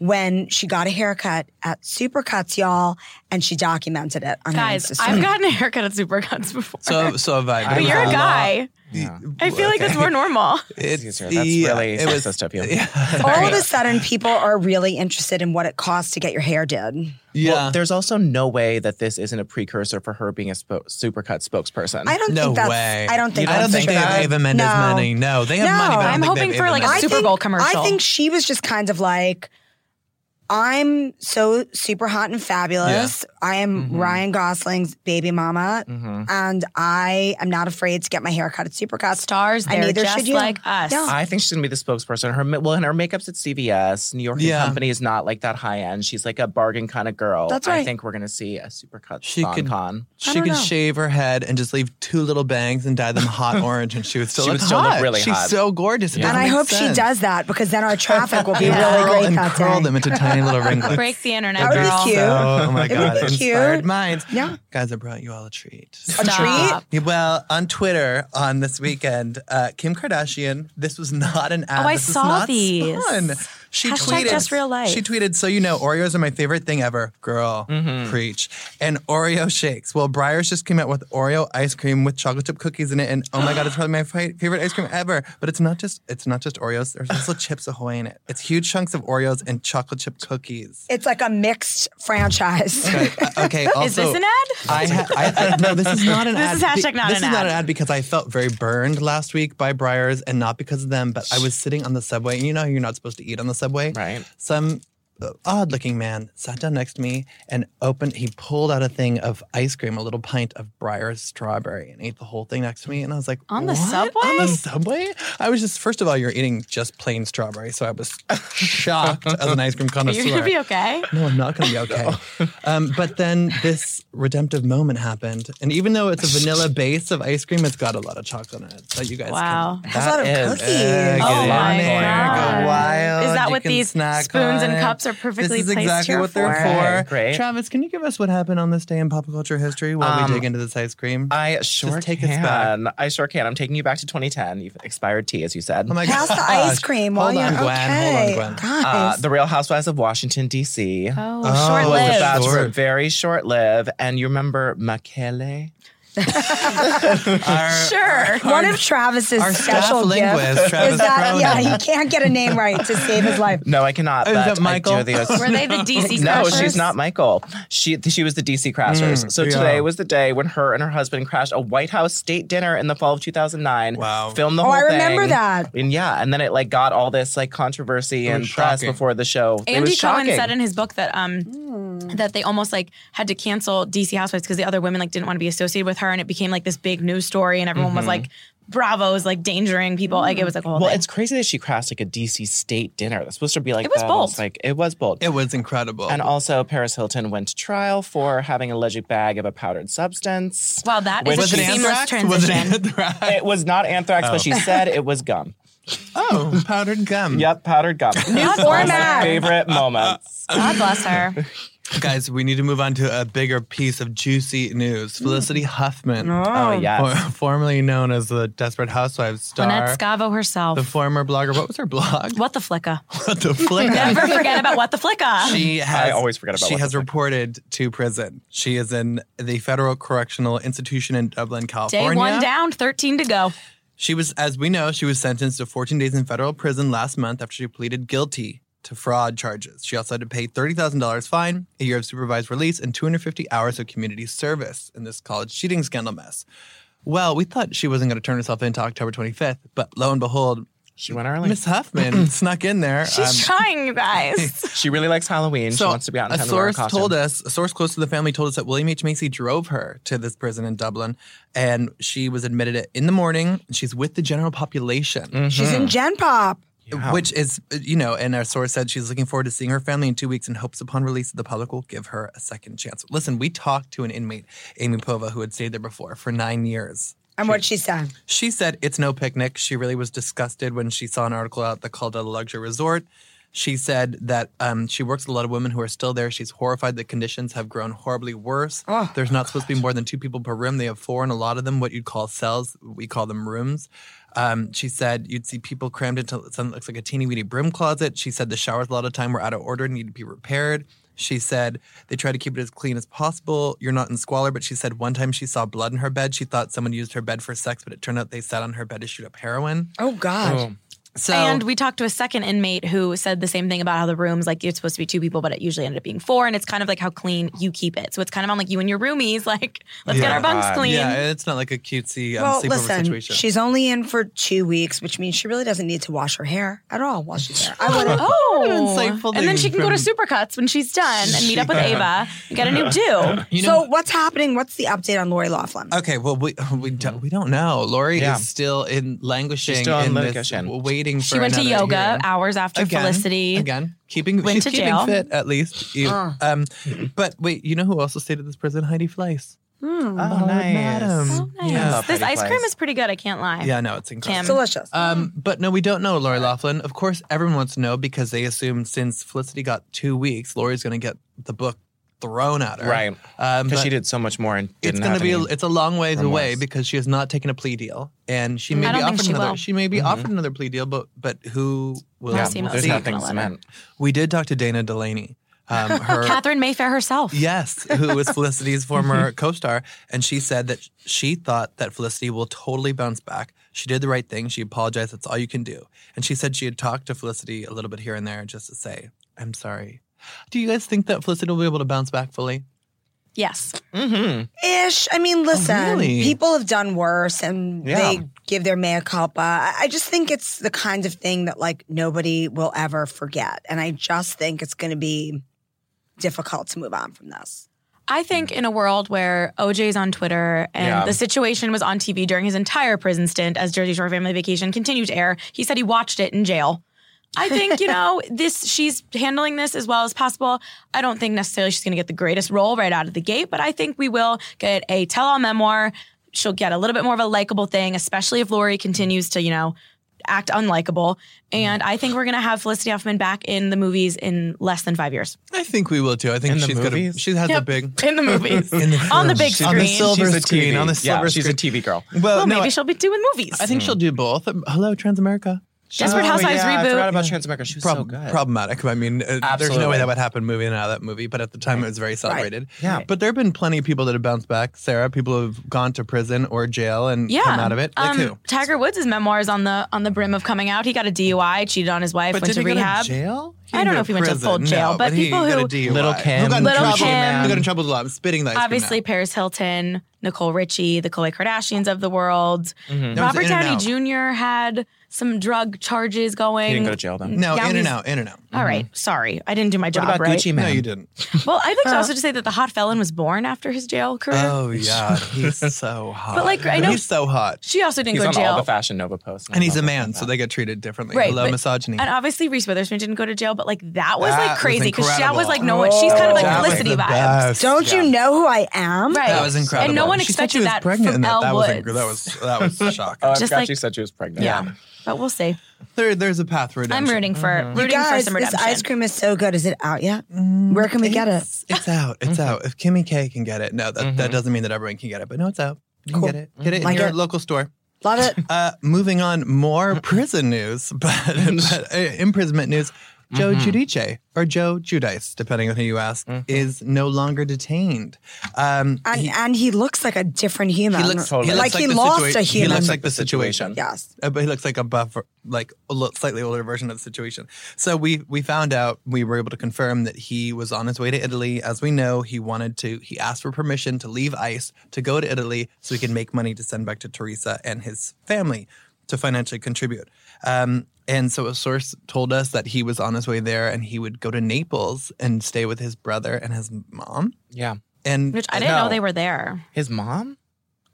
[SPEAKER 3] when she got a haircut at Supercuts, y'all, and she documented it on
[SPEAKER 2] Guys,
[SPEAKER 3] her Instagram.
[SPEAKER 2] I've gotten a haircut at Supercuts before.
[SPEAKER 1] So, so have I.
[SPEAKER 4] But
[SPEAKER 2] but you're a
[SPEAKER 4] Yeah.
[SPEAKER 2] guy. I feel like that's more normal.
[SPEAKER 1] It's,
[SPEAKER 4] That's really
[SPEAKER 1] it was,
[SPEAKER 4] sexist of you.
[SPEAKER 3] All of a sudden, people are really interested in what it costs to get your hair did.
[SPEAKER 1] yeah.
[SPEAKER 4] Well, there's also no way that this isn't a precursor for her being a spo- supercut spokesperson.
[SPEAKER 3] I don't
[SPEAKER 1] no
[SPEAKER 3] think that's.
[SPEAKER 1] way.
[SPEAKER 3] I don't think.
[SPEAKER 1] I don't
[SPEAKER 3] that's
[SPEAKER 1] think they
[SPEAKER 3] true.
[SPEAKER 1] have Ava Mendes
[SPEAKER 3] No.
[SPEAKER 1] money. No, they have
[SPEAKER 3] No.
[SPEAKER 1] money. But I don't
[SPEAKER 2] I'm
[SPEAKER 1] think they
[SPEAKER 2] hoping
[SPEAKER 1] have
[SPEAKER 2] for,
[SPEAKER 1] Ava
[SPEAKER 2] like, a
[SPEAKER 1] Mendes.
[SPEAKER 2] Super Bowl commercial.
[SPEAKER 3] I think she was just kind of like, I'm so super hot and fabulous. I am
[SPEAKER 1] Mm-hmm.
[SPEAKER 3] Ryan Gosling's baby mama, and I am not afraid to get my hair cut at Supercuts.
[SPEAKER 2] Stars,
[SPEAKER 3] And
[SPEAKER 2] they're
[SPEAKER 3] neither
[SPEAKER 2] just
[SPEAKER 3] should you.
[SPEAKER 2] like us.
[SPEAKER 3] Yeah.
[SPEAKER 4] I think she's gonna be the spokesperson. Her ma- well, and her makeup's at CVS. New York and
[SPEAKER 1] Yeah.
[SPEAKER 4] Company is not like that high end. She's like a bargain kind of girl.
[SPEAKER 3] That's
[SPEAKER 4] I
[SPEAKER 3] right.
[SPEAKER 4] think we're gonna see a supercut
[SPEAKER 1] She
[SPEAKER 4] she
[SPEAKER 1] could-
[SPEAKER 4] con.
[SPEAKER 1] She could shave her head and just leave two little bangs and dye them hot orange, and she would still
[SPEAKER 4] She
[SPEAKER 1] look
[SPEAKER 4] would still look
[SPEAKER 1] hot.
[SPEAKER 4] really
[SPEAKER 1] She's
[SPEAKER 4] hot.
[SPEAKER 1] so gorgeous. It
[SPEAKER 4] Yeah.
[SPEAKER 3] and
[SPEAKER 1] doesn't
[SPEAKER 3] I
[SPEAKER 1] make
[SPEAKER 3] hope
[SPEAKER 1] sense.
[SPEAKER 3] she does that because then our traffic will be really
[SPEAKER 1] Curl
[SPEAKER 3] great
[SPEAKER 1] and
[SPEAKER 3] that
[SPEAKER 1] curl
[SPEAKER 3] day.
[SPEAKER 1] them into tiny little wrinkles.
[SPEAKER 2] Break the
[SPEAKER 3] That
[SPEAKER 2] internet,
[SPEAKER 3] would be
[SPEAKER 2] girl.
[SPEAKER 3] cute.
[SPEAKER 1] Oh, oh my
[SPEAKER 3] It would
[SPEAKER 1] god!
[SPEAKER 3] be cute.
[SPEAKER 1] Inspired minds.
[SPEAKER 3] Yeah.
[SPEAKER 1] guys, I brought you all a treat.
[SPEAKER 3] A
[SPEAKER 2] Stop.
[SPEAKER 3] treat?
[SPEAKER 1] Yeah, Well, on Twitter on this weekend, uh, Kim Kardashian. This was not an ad.
[SPEAKER 2] Oh, I
[SPEAKER 1] this is
[SPEAKER 2] saw
[SPEAKER 1] not
[SPEAKER 2] these.
[SPEAKER 1] Spun. She
[SPEAKER 2] Hashtag
[SPEAKER 1] tweeted,
[SPEAKER 2] just real life.
[SPEAKER 1] She tweeted, "So you know, Oreos are my favorite thing ever, girl. Preach." And Oreo shakes. Well, Breyers just came out with Oreo ice cream with chocolate chip cookies in it, and oh my god, it's probably my fi- favorite ice cream ever. But it's not just it's not just Oreos. There's also Chips Ahoy in it. It's huge chunks of Oreos and chocolate chip cookies.
[SPEAKER 3] It's like a mixed franchise.
[SPEAKER 1] But, uh, okay. Also,
[SPEAKER 2] Is this an ad?
[SPEAKER 1] I, ha- I, I no, this is not an
[SPEAKER 2] This
[SPEAKER 1] ad.
[SPEAKER 2] is hashtag not
[SPEAKER 1] this
[SPEAKER 2] an
[SPEAKER 1] is not
[SPEAKER 2] ad.
[SPEAKER 1] an ad because I felt very burned last week by Briars, and not because of them, but I was sitting on the subway, and you know how you're not supposed to eat on the subway,
[SPEAKER 4] Right.
[SPEAKER 1] Some odd looking man sat down next to me and opened. He pulled out a thing of ice cream, a little pint of Briars strawberry, and ate the whole thing next to me. And I was like,
[SPEAKER 2] On the
[SPEAKER 1] "What?
[SPEAKER 2] subway?"
[SPEAKER 1] On the subway? I was just first of all, you're eating just plain strawberry, so I was shocked as an ice cream connoisseur.
[SPEAKER 2] You're gonna be okay.
[SPEAKER 1] No, I'm not going to be okay. um, but then this redemptive moment happened, and even though it's a vanilla base of ice cream, it's got a lot of chocolate in it. So you guys,
[SPEAKER 2] Wow.
[SPEAKER 1] can,
[SPEAKER 3] That's a lot of
[SPEAKER 4] is-
[SPEAKER 3] cookies.
[SPEAKER 1] Yeah,
[SPEAKER 2] Oh
[SPEAKER 1] get it
[SPEAKER 2] my
[SPEAKER 1] on there,
[SPEAKER 2] God.
[SPEAKER 1] Go wild.
[SPEAKER 2] Is that
[SPEAKER 1] You
[SPEAKER 2] what
[SPEAKER 1] can
[SPEAKER 2] these
[SPEAKER 1] snack
[SPEAKER 2] spoons
[SPEAKER 1] on
[SPEAKER 2] and
[SPEAKER 1] it.
[SPEAKER 2] cups are perfectly
[SPEAKER 1] This is
[SPEAKER 2] placed
[SPEAKER 1] exactly
[SPEAKER 2] here
[SPEAKER 1] what they're for.
[SPEAKER 4] for. Great.
[SPEAKER 1] Travis, can you give us what happened on this day in pop culture history while
[SPEAKER 4] Um,
[SPEAKER 1] we dig into this ice cream?
[SPEAKER 4] I sure
[SPEAKER 1] take us
[SPEAKER 4] can.
[SPEAKER 1] back.
[SPEAKER 4] I sure can. I'm taking you back to 2010. You've expired tea, as you said.
[SPEAKER 1] oh my
[SPEAKER 3] Pass the ice
[SPEAKER 1] gosh.
[SPEAKER 3] cream while
[SPEAKER 1] Hold
[SPEAKER 3] you're
[SPEAKER 1] on, Gwen.
[SPEAKER 3] okay.
[SPEAKER 1] Hold on, Gwen.
[SPEAKER 4] uh,
[SPEAKER 3] Guys.
[SPEAKER 4] the Real Housewives of Washington D.C.
[SPEAKER 2] Oh,
[SPEAKER 1] Oh,
[SPEAKER 2] short
[SPEAKER 1] it was
[SPEAKER 4] was
[SPEAKER 2] lived.
[SPEAKER 4] about to
[SPEAKER 1] Short.
[SPEAKER 4] very short live, and you remember Makele?
[SPEAKER 1] Our-
[SPEAKER 2] Sure.
[SPEAKER 3] One of Travis's
[SPEAKER 1] our staff
[SPEAKER 3] special
[SPEAKER 1] linguist,
[SPEAKER 3] gifts
[SPEAKER 1] Travis
[SPEAKER 3] is that
[SPEAKER 1] Cronin. Oh,
[SPEAKER 3] yeah he can't get a name right to save his life.
[SPEAKER 4] No, I cannot.
[SPEAKER 1] Is
[SPEAKER 4] but
[SPEAKER 1] that Michael?
[SPEAKER 4] I do the-
[SPEAKER 2] Were they the DC
[SPEAKER 4] No,
[SPEAKER 2] Crashers?
[SPEAKER 4] she's not Michael. She she was the DC Crashers. so
[SPEAKER 1] Mm, yeah.
[SPEAKER 4] today was the day when her and her husband crashed a White House state dinner in the fall of 2009.
[SPEAKER 1] Wow.
[SPEAKER 4] Filmed the
[SPEAKER 3] Oh,
[SPEAKER 4] whole
[SPEAKER 3] I
[SPEAKER 4] thing.
[SPEAKER 3] remember that.
[SPEAKER 4] And yeah, and then it like got all this like controversy and
[SPEAKER 1] was
[SPEAKER 4] press
[SPEAKER 1] shocking.
[SPEAKER 4] before the show. it
[SPEAKER 2] Andy
[SPEAKER 4] was
[SPEAKER 2] Cohen
[SPEAKER 4] shocking.
[SPEAKER 2] said in his
[SPEAKER 3] Hmm.
[SPEAKER 2] book that um that they almost like had to cancel DC Housewives because the other women like didn't want to be associated with her, and it became like this big news story, and everyone was like, "Bravo's like dangering people." Like it was like a whole
[SPEAKER 4] Well,
[SPEAKER 2] thing.
[SPEAKER 4] it's crazy that she crashed like a DC state dinner. That's supposed to be like
[SPEAKER 2] It was
[SPEAKER 4] the almost,
[SPEAKER 2] bold.
[SPEAKER 4] Like it was bold.
[SPEAKER 1] It was incredible.
[SPEAKER 4] and also, Paris Hilton went to trial for having an alleged bag of a powdered substance.
[SPEAKER 2] wow, that
[SPEAKER 4] Was
[SPEAKER 2] is
[SPEAKER 1] was
[SPEAKER 2] a
[SPEAKER 1] it
[SPEAKER 2] seamless
[SPEAKER 1] anthrax? Oh. Was it
[SPEAKER 2] transition.
[SPEAKER 1] anthrax?
[SPEAKER 4] It was not anthrax, but she said it was gum.
[SPEAKER 1] Oh, powdered gum.
[SPEAKER 4] Yep, powdered gum. New
[SPEAKER 3] format.
[SPEAKER 4] Favorite moments.
[SPEAKER 2] God bless her.
[SPEAKER 1] Guys, we need to move on to a bigger piece of juicy news. Felicity Huffman,
[SPEAKER 4] Hmm. Oh,
[SPEAKER 1] for-
[SPEAKER 4] yes.
[SPEAKER 1] formerly known as the Desperate Housewives star,
[SPEAKER 2] Lynette Scavo herself.
[SPEAKER 1] the former blogger. What was her blog?
[SPEAKER 2] what the flicka?
[SPEAKER 1] What the flick?
[SPEAKER 2] Never forget about what the flicka.
[SPEAKER 1] She has,
[SPEAKER 4] always forget about
[SPEAKER 1] She
[SPEAKER 4] what
[SPEAKER 1] has
[SPEAKER 4] the flick.
[SPEAKER 1] reported to prison. She is in the federal correctional institution in Dublin,
[SPEAKER 2] Day
[SPEAKER 1] California.
[SPEAKER 2] one down, 13 to go.
[SPEAKER 1] She was, as we know, she was sentenced to 14 days in federal prison last month after she pleaded guilty to fraud charges. She also had to pay $30,000 fine, a year of supervised release, and 250 hours of community service in this college cheating scandal mess. Well, we thought she wasn't going to turn herself in to October 25th, but lo and behold,
[SPEAKER 4] She went early.
[SPEAKER 1] Miss Huffman snuck in there. Um,
[SPEAKER 2] She's trying, you guys.
[SPEAKER 4] She really likes Halloween. she wants to be out in
[SPEAKER 1] a
[SPEAKER 4] time to wear a
[SPEAKER 1] source
[SPEAKER 4] costume.
[SPEAKER 1] told us, a source close to the family told us that William H. Macy drove her to this prison in Dublin, and she was admitted it in the morning. She's with the general population,
[SPEAKER 3] She's
[SPEAKER 1] Mm-hmm.
[SPEAKER 3] in Gen Pop.
[SPEAKER 4] Yeah.
[SPEAKER 1] which is, uh, you know, and our source said she's looking forward to seeing her family in two weeks and hopes upon release that the public will give her a second chance. Listen, we talked to an inmate, Amy Pova, who had stayed there before for nine years.
[SPEAKER 3] And what she said.
[SPEAKER 1] She said it's no picnic. She really was disgusted when she saw an article out that called it a luxury resort. She said that um, she works with a lot of women who are still there. She's horrified that conditions have grown horribly worse. There's not supposed to be more than two people per room. They have four, and a lot of them, what you'd call cells, we call them rooms. Um, she said you'd see people crammed into something that looks like a teeny weeny broom closet. She said the showers a lot of time were out of order and need to be repaired. She said they try to keep it as clean as possible. You're not in squalor, but she said one time she saw blood in her bed. She thought someone used her bed for sex, but it turned out they sat on her bed to shoot up heroin.
[SPEAKER 3] Oh God.
[SPEAKER 1] So
[SPEAKER 2] and we talked to a second inmate who said the same thing about how the rooms, like, it's supposed to be two people, but it usually ended up being four. And it's kind of like how clean you keep it. So it's kind of on like you and your roomies, like, let's get
[SPEAKER 1] Yeah.
[SPEAKER 2] our bunks
[SPEAKER 4] God.
[SPEAKER 2] clean.
[SPEAKER 1] yeah, it's not like a cutesy um,
[SPEAKER 3] Well,
[SPEAKER 1] sleepover
[SPEAKER 3] listen,
[SPEAKER 1] situation.
[SPEAKER 3] she's only in for two weeks, which means she really doesn't need to wash her hair at all while she's there. I wouldn't.
[SPEAKER 2] Oh,
[SPEAKER 1] insightful
[SPEAKER 2] and then
[SPEAKER 1] thing
[SPEAKER 2] she can go to
[SPEAKER 1] from-
[SPEAKER 2] Supercuts when she's done and meet up with Ava, and get a new do.
[SPEAKER 1] you Uh,
[SPEAKER 3] so what's happening? What's the update on Lori Laughlin?
[SPEAKER 1] Okay, well, we we don't, we don't know. Lori
[SPEAKER 4] Yeah.
[SPEAKER 1] is still in languishing
[SPEAKER 4] still on
[SPEAKER 1] in this,
[SPEAKER 4] litigation.
[SPEAKER 1] waiting for.
[SPEAKER 2] She went to
[SPEAKER 1] another
[SPEAKER 2] yoga
[SPEAKER 1] hearing.
[SPEAKER 2] hours after
[SPEAKER 1] Again,
[SPEAKER 2] Felicity.
[SPEAKER 1] again, keeping
[SPEAKER 2] went
[SPEAKER 1] she's
[SPEAKER 2] to
[SPEAKER 1] keeping
[SPEAKER 2] jail.
[SPEAKER 1] fit at least. You- um, but wait, you know who also stayed at this prison? Heidi Fleiss.
[SPEAKER 3] Hmm.
[SPEAKER 1] Um,
[SPEAKER 4] Oh, nice.
[SPEAKER 1] madam.
[SPEAKER 2] Oh, nice.
[SPEAKER 1] Yeah.
[SPEAKER 2] This
[SPEAKER 4] Pretty
[SPEAKER 2] ice cream
[SPEAKER 4] place.
[SPEAKER 2] is pretty good. I can't lie.
[SPEAKER 1] Yeah, no, it's incredible.
[SPEAKER 2] Kim.
[SPEAKER 3] Delicious.
[SPEAKER 1] Um, but no, we don't know Lori Laughlin. Of course, everyone wants to know because they assume since Felicity got two weeks, Lori's going to get the book thrown at her.
[SPEAKER 4] Right.
[SPEAKER 1] Um,
[SPEAKER 4] Because
[SPEAKER 1] but
[SPEAKER 4] she did so much more and
[SPEAKER 1] It's
[SPEAKER 4] didn't
[SPEAKER 1] going
[SPEAKER 4] have
[SPEAKER 1] to be.
[SPEAKER 4] any-
[SPEAKER 1] It's a long ways
[SPEAKER 4] remorse.
[SPEAKER 1] away because she has not taken a plea deal, and she may be
[SPEAKER 2] I don't think
[SPEAKER 1] offered
[SPEAKER 2] she
[SPEAKER 1] another.
[SPEAKER 2] will.
[SPEAKER 1] She may be offered another plea deal, but but who will?
[SPEAKER 2] Yeah,
[SPEAKER 1] see?
[SPEAKER 2] Seamus.
[SPEAKER 4] Mm-hmm. there's
[SPEAKER 2] See,
[SPEAKER 4] nothing
[SPEAKER 2] gonna let
[SPEAKER 4] cement.
[SPEAKER 1] We did talk to Dana Delaney. Um, her
[SPEAKER 2] Catherine Mayfair herself.
[SPEAKER 1] Yes, who was Felicity's former
[SPEAKER 2] Mm-hmm.
[SPEAKER 1] co star. And she said that she thought that Felicity will totally bounce back. She did the right thing. She apologized. That's all you can do. And she said she had talked to Felicity a little bit here and there just to say, I'm sorry. Do you guys think that Felicity will be able to bounce back fully?
[SPEAKER 2] Yes.
[SPEAKER 3] Ish. I mean, listen,
[SPEAKER 1] Oh, really?
[SPEAKER 3] people have done worse and
[SPEAKER 4] Yeah.
[SPEAKER 3] they give their mea culpa. I, I just think it's the kind of thing that like nobody will ever forget. And I just think it's going to be difficult to move on from this.
[SPEAKER 2] I think
[SPEAKER 1] Hmm.
[SPEAKER 2] in a world where OJ's on Twitter and
[SPEAKER 4] Yeah.
[SPEAKER 2] the situation was on TV during his entire prison stint as Jersey Shore Family Vacation continued to air, he said he watched it in jail. I think, you know, this she's handling this as well as possible. I don't think necessarily she's going to get the greatest role right out of the gate, but I think we will get a tell-all memoir. She'll get a little bit more of a likable thing, especially if Lori continues to, you know, act unlikable. And
[SPEAKER 1] Hmm.
[SPEAKER 2] I think we're going to have Felicity Huffman back in the movies in less than 5 years.
[SPEAKER 1] I think we will too. I think
[SPEAKER 4] In the
[SPEAKER 1] she's gonna
[SPEAKER 4] movies?
[SPEAKER 1] she has a
[SPEAKER 2] Yep.
[SPEAKER 1] big
[SPEAKER 2] in the movies on the big
[SPEAKER 4] She's-
[SPEAKER 2] screen.
[SPEAKER 1] on the silver
[SPEAKER 4] She's a
[SPEAKER 1] screen.
[SPEAKER 4] TV.
[SPEAKER 1] On the
[SPEAKER 4] yeah,
[SPEAKER 1] silver
[SPEAKER 4] she's a Mm.
[SPEAKER 1] screen.
[SPEAKER 4] TV girl.
[SPEAKER 1] Well,
[SPEAKER 2] well,
[SPEAKER 1] Uh, no,
[SPEAKER 2] maybe
[SPEAKER 1] I-
[SPEAKER 2] she'll be doing movies.
[SPEAKER 1] I think she'll do both. Um, Hello, Transamerica.
[SPEAKER 2] Desperate
[SPEAKER 4] Oh,
[SPEAKER 2] Housewives
[SPEAKER 4] yeah, I forgot
[SPEAKER 2] reboot.
[SPEAKER 4] about Transamerica. She was so
[SPEAKER 1] Prob-
[SPEAKER 4] good.
[SPEAKER 1] problematic. I mean, uh, there's no
[SPEAKER 4] Absolutely.
[SPEAKER 1] way that would happen moving and out of that movie, but at the time it was very celebrated.
[SPEAKER 4] Yeah. Right.
[SPEAKER 1] But there have been plenty of people that have bounced back. Sarah, people who have gone to prison or jail and
[SPEAKER 2] yeah,
[SPEAKER 1] come out of it. Like
[SPEAKER 2] um,
[SPEAKER 1] who?
[SPEAKER 2] Tiger Woods' memoirs on the on the brim of coming out. He got a DUI, cheated on his wife,
[SPEAKER 1] But
[SPEAKER 2] went
[SPEAKER 1] did
[SPEAKER 2] to
[SPEAKER 1] he go
[SPEAKER 2] rehab.
[SPEAKER 1] to jail? He
[SPEAKER 2] I
[SPEAKER 1] didn't
[SPEAKER 2] don't
[SPEAKER 1] go
[SPEAKER 2] know if he went to full
[SPEAKER 1] prison,
[SPEAKER 2] jail,
[SPEAKER 1] no,
[SPEAKER 2] but
[SPEAKER 1] he
[SPEAKER 2] people
[SPEAKER 1] got a
[SPEAKER 2] who-
[SPEAKER 1] DUI.
[SPEAKER 4] Little Kim,
[SPEAKER 1] who got in
[SPEAKER 2] Little
[SPEAKER 1] trouble,
[SPEAKER 2] Kim.
[SPEAKER 1] who got in trouble with a lot. I'm spitting the ice cream
[SPEAKER 2] Obviously,
[SPEAKER 1] out.
[SPEAKER 2] Paris Hilton, Nicole Richie, the Khloe Kardashians of the world.
[SPEAKER 1] Mm-hmm. No, it was
[SPEAKER 2] Robert
[SPEAKER 1] in and
[SPEAKER 2] Downey
[SPEAKER 1] out.
[SPEAKER 2] Jr. had some drug charges
[SPEAKER 4] He
[SPEAKER 2] going.
[SPEAKER 4] didn't go to jail though.
[SPEAKER 1] No,
[SPEAKER 2] Yeah,
[SPEAKER 1] in and
[SPEAKER 2] he's-
[SPEAKER 1] out, in and out.
[SPEAKER 2] All right,
[SPEAKER 1] Mm-hmm.
[SPEAKER 2] sorry, I didn't do my job
[SPEAKER 4] What about
[SPEAKER 2] right.
[SPEAKER 4] Gucci
[SPEAKER 1] No,
[SPEAKER 4] Mane?
[SPEAKER 1] you didn't.
[SPEAKER 2] Well, I'd like to also just say that the hot felon was born after his jail career.
[SPEAKER 1] Oh yeah, he's so hot.
[SPEAKER 2] like, I know-
[SPEAKER 1] he's so hot,
[SPEAKER 2] She also didn't
[SPEAKER 4] He's
[SPEAKER 2] go
[SPEAKER 4] on
[SPEAKER 2] to jail.
[SPEAKER 4] all the Fashion Nova posts.
[SPEAKER 1] and he's
[SPEAKER 4] I
[SPEAKER 1] a
[SPEAKER 4] love
[SPEAKER 1] man,
[SPEAKER 4] that.
[SPEAKER 1] so they get treated differently.
[SPEAKER 2] Right,
[SPEAKER 1] Hello,
[SPEAKER 2] but-
[SPEAKER 1] misogyny.
[SPEAKER 2] And obviously, Reese Witherspoon didn't go to jail, but like that was
[SPEAKER 1] That
[SPEAKER 2] like
[SPEAKER 1] was
[SPEAKER 2] crazy because that was
[SPEAKER 1] incredible.
[SPEAKER 2] like no one. She's kind of like
[SPEAKER 1] That was
[SPEAKER 2] Felicity
[SPEAKER 1] the
[SPEAKER 2] vibes.
[SPEAKER 1] best.
[SPEAKER 3] Don't
[SPEAKER 1] Yeah.
[SPEAKER 3] you know who I am?
[SPEAKER 2] Right.
[SPEAKER 1] That was incredible.
[SPEAKER 2] And no one
[SPEAKER 1] She said she
[SPEAKER 2] expected
[SPEAKER 1] was
[SPEAKER 2] that
[SPEAKER 1] pregnant
[SPEAKER 2] from
[SPEAKER 1] and that,
[SPEAKER 2] Elle
[SPEAKER 1] that, was, inc-
[SPEAKER 2] Woods.
[SPEAKER 1] that was that was shocking.
[SPEAKER 4] Oh, I
[SPEAKER 2] Just
[SPEAKER 4] forgot
[SPEAKER 2] like-
[SPEAKER 4] you said she was pregnant.
[SPEAKER 2] Yeah. but we'll see.
[SPEAKER 1] there, there's a path for redemption. Mm-hmm.
[SPEAKER 2] I'm rooting for
[SPEAKER 3] You
[SPEAKER 2] rooting
[SPEAKER 3] guys,
[SPEAKER 2] for some
[SPEAKER 3] this
[SPEAKER 2] redemption.
[SPEAKER 3] ice cream is so good. Is it out yet?
[SPEAKER 1] Mm,
[SPEAKER 3] Where can we get it?
[SPEAKER 1] It's, it's out. It's out. If Kimmy K can get it, no, that, that doesn't mean that everyone can get it, but no, it's out. You can
[SPEAKER 3] Cool.
[SPEAKER 1] get it. Get it in
[SPEAKER 3] Like
[SPEAKER 1] your
[SPEAKER 3] it.
[SPEAKER 1] local store.
[SPEAKER 3] Love it.
[SPEAKER 1] Uh, moving on, more prison news, but, but uh, imprisonment news. Joe Giudice, or Joe Judice, depending on who you ask, is no longer detained. Um,
[SPEAKER 3] And and he looks like a different human.
[SPEAKER 1] he looks,
[SPEAKER 4] Totally.
[SPEAKER 1] he looks
[SPEAKER 3] like, he
[SPEAKER 1] the
[SPEAKER 3] lost
[SPEAKER 1] situa-
[SPEAKER 3] a human.
[SPEAKER 1] He looks like the situation.
[SPEAKER 3] yes.
[SPEAKER 1] Uh, but he looks like a buffer, like a lo- slightly older version of the situation. So we we found out we were able to confirm that he was on his way to Italy. As we know, he wanted to. He asked for permission to leave ICE to go to Italy so he could make money to send back to Teresa and his family to financially contribute. Um, and so a source told us that he was on his way there and he would go to Naples and stay with his brother and his mom.
[SPEAKER 4] Yeah.
[SPEAKER 1] And
[SPEAKER 2] which I didn't
[SPEAKER 4] No.
[SPEAKER 2] know they were there.
[SPEAKER 4] His mom?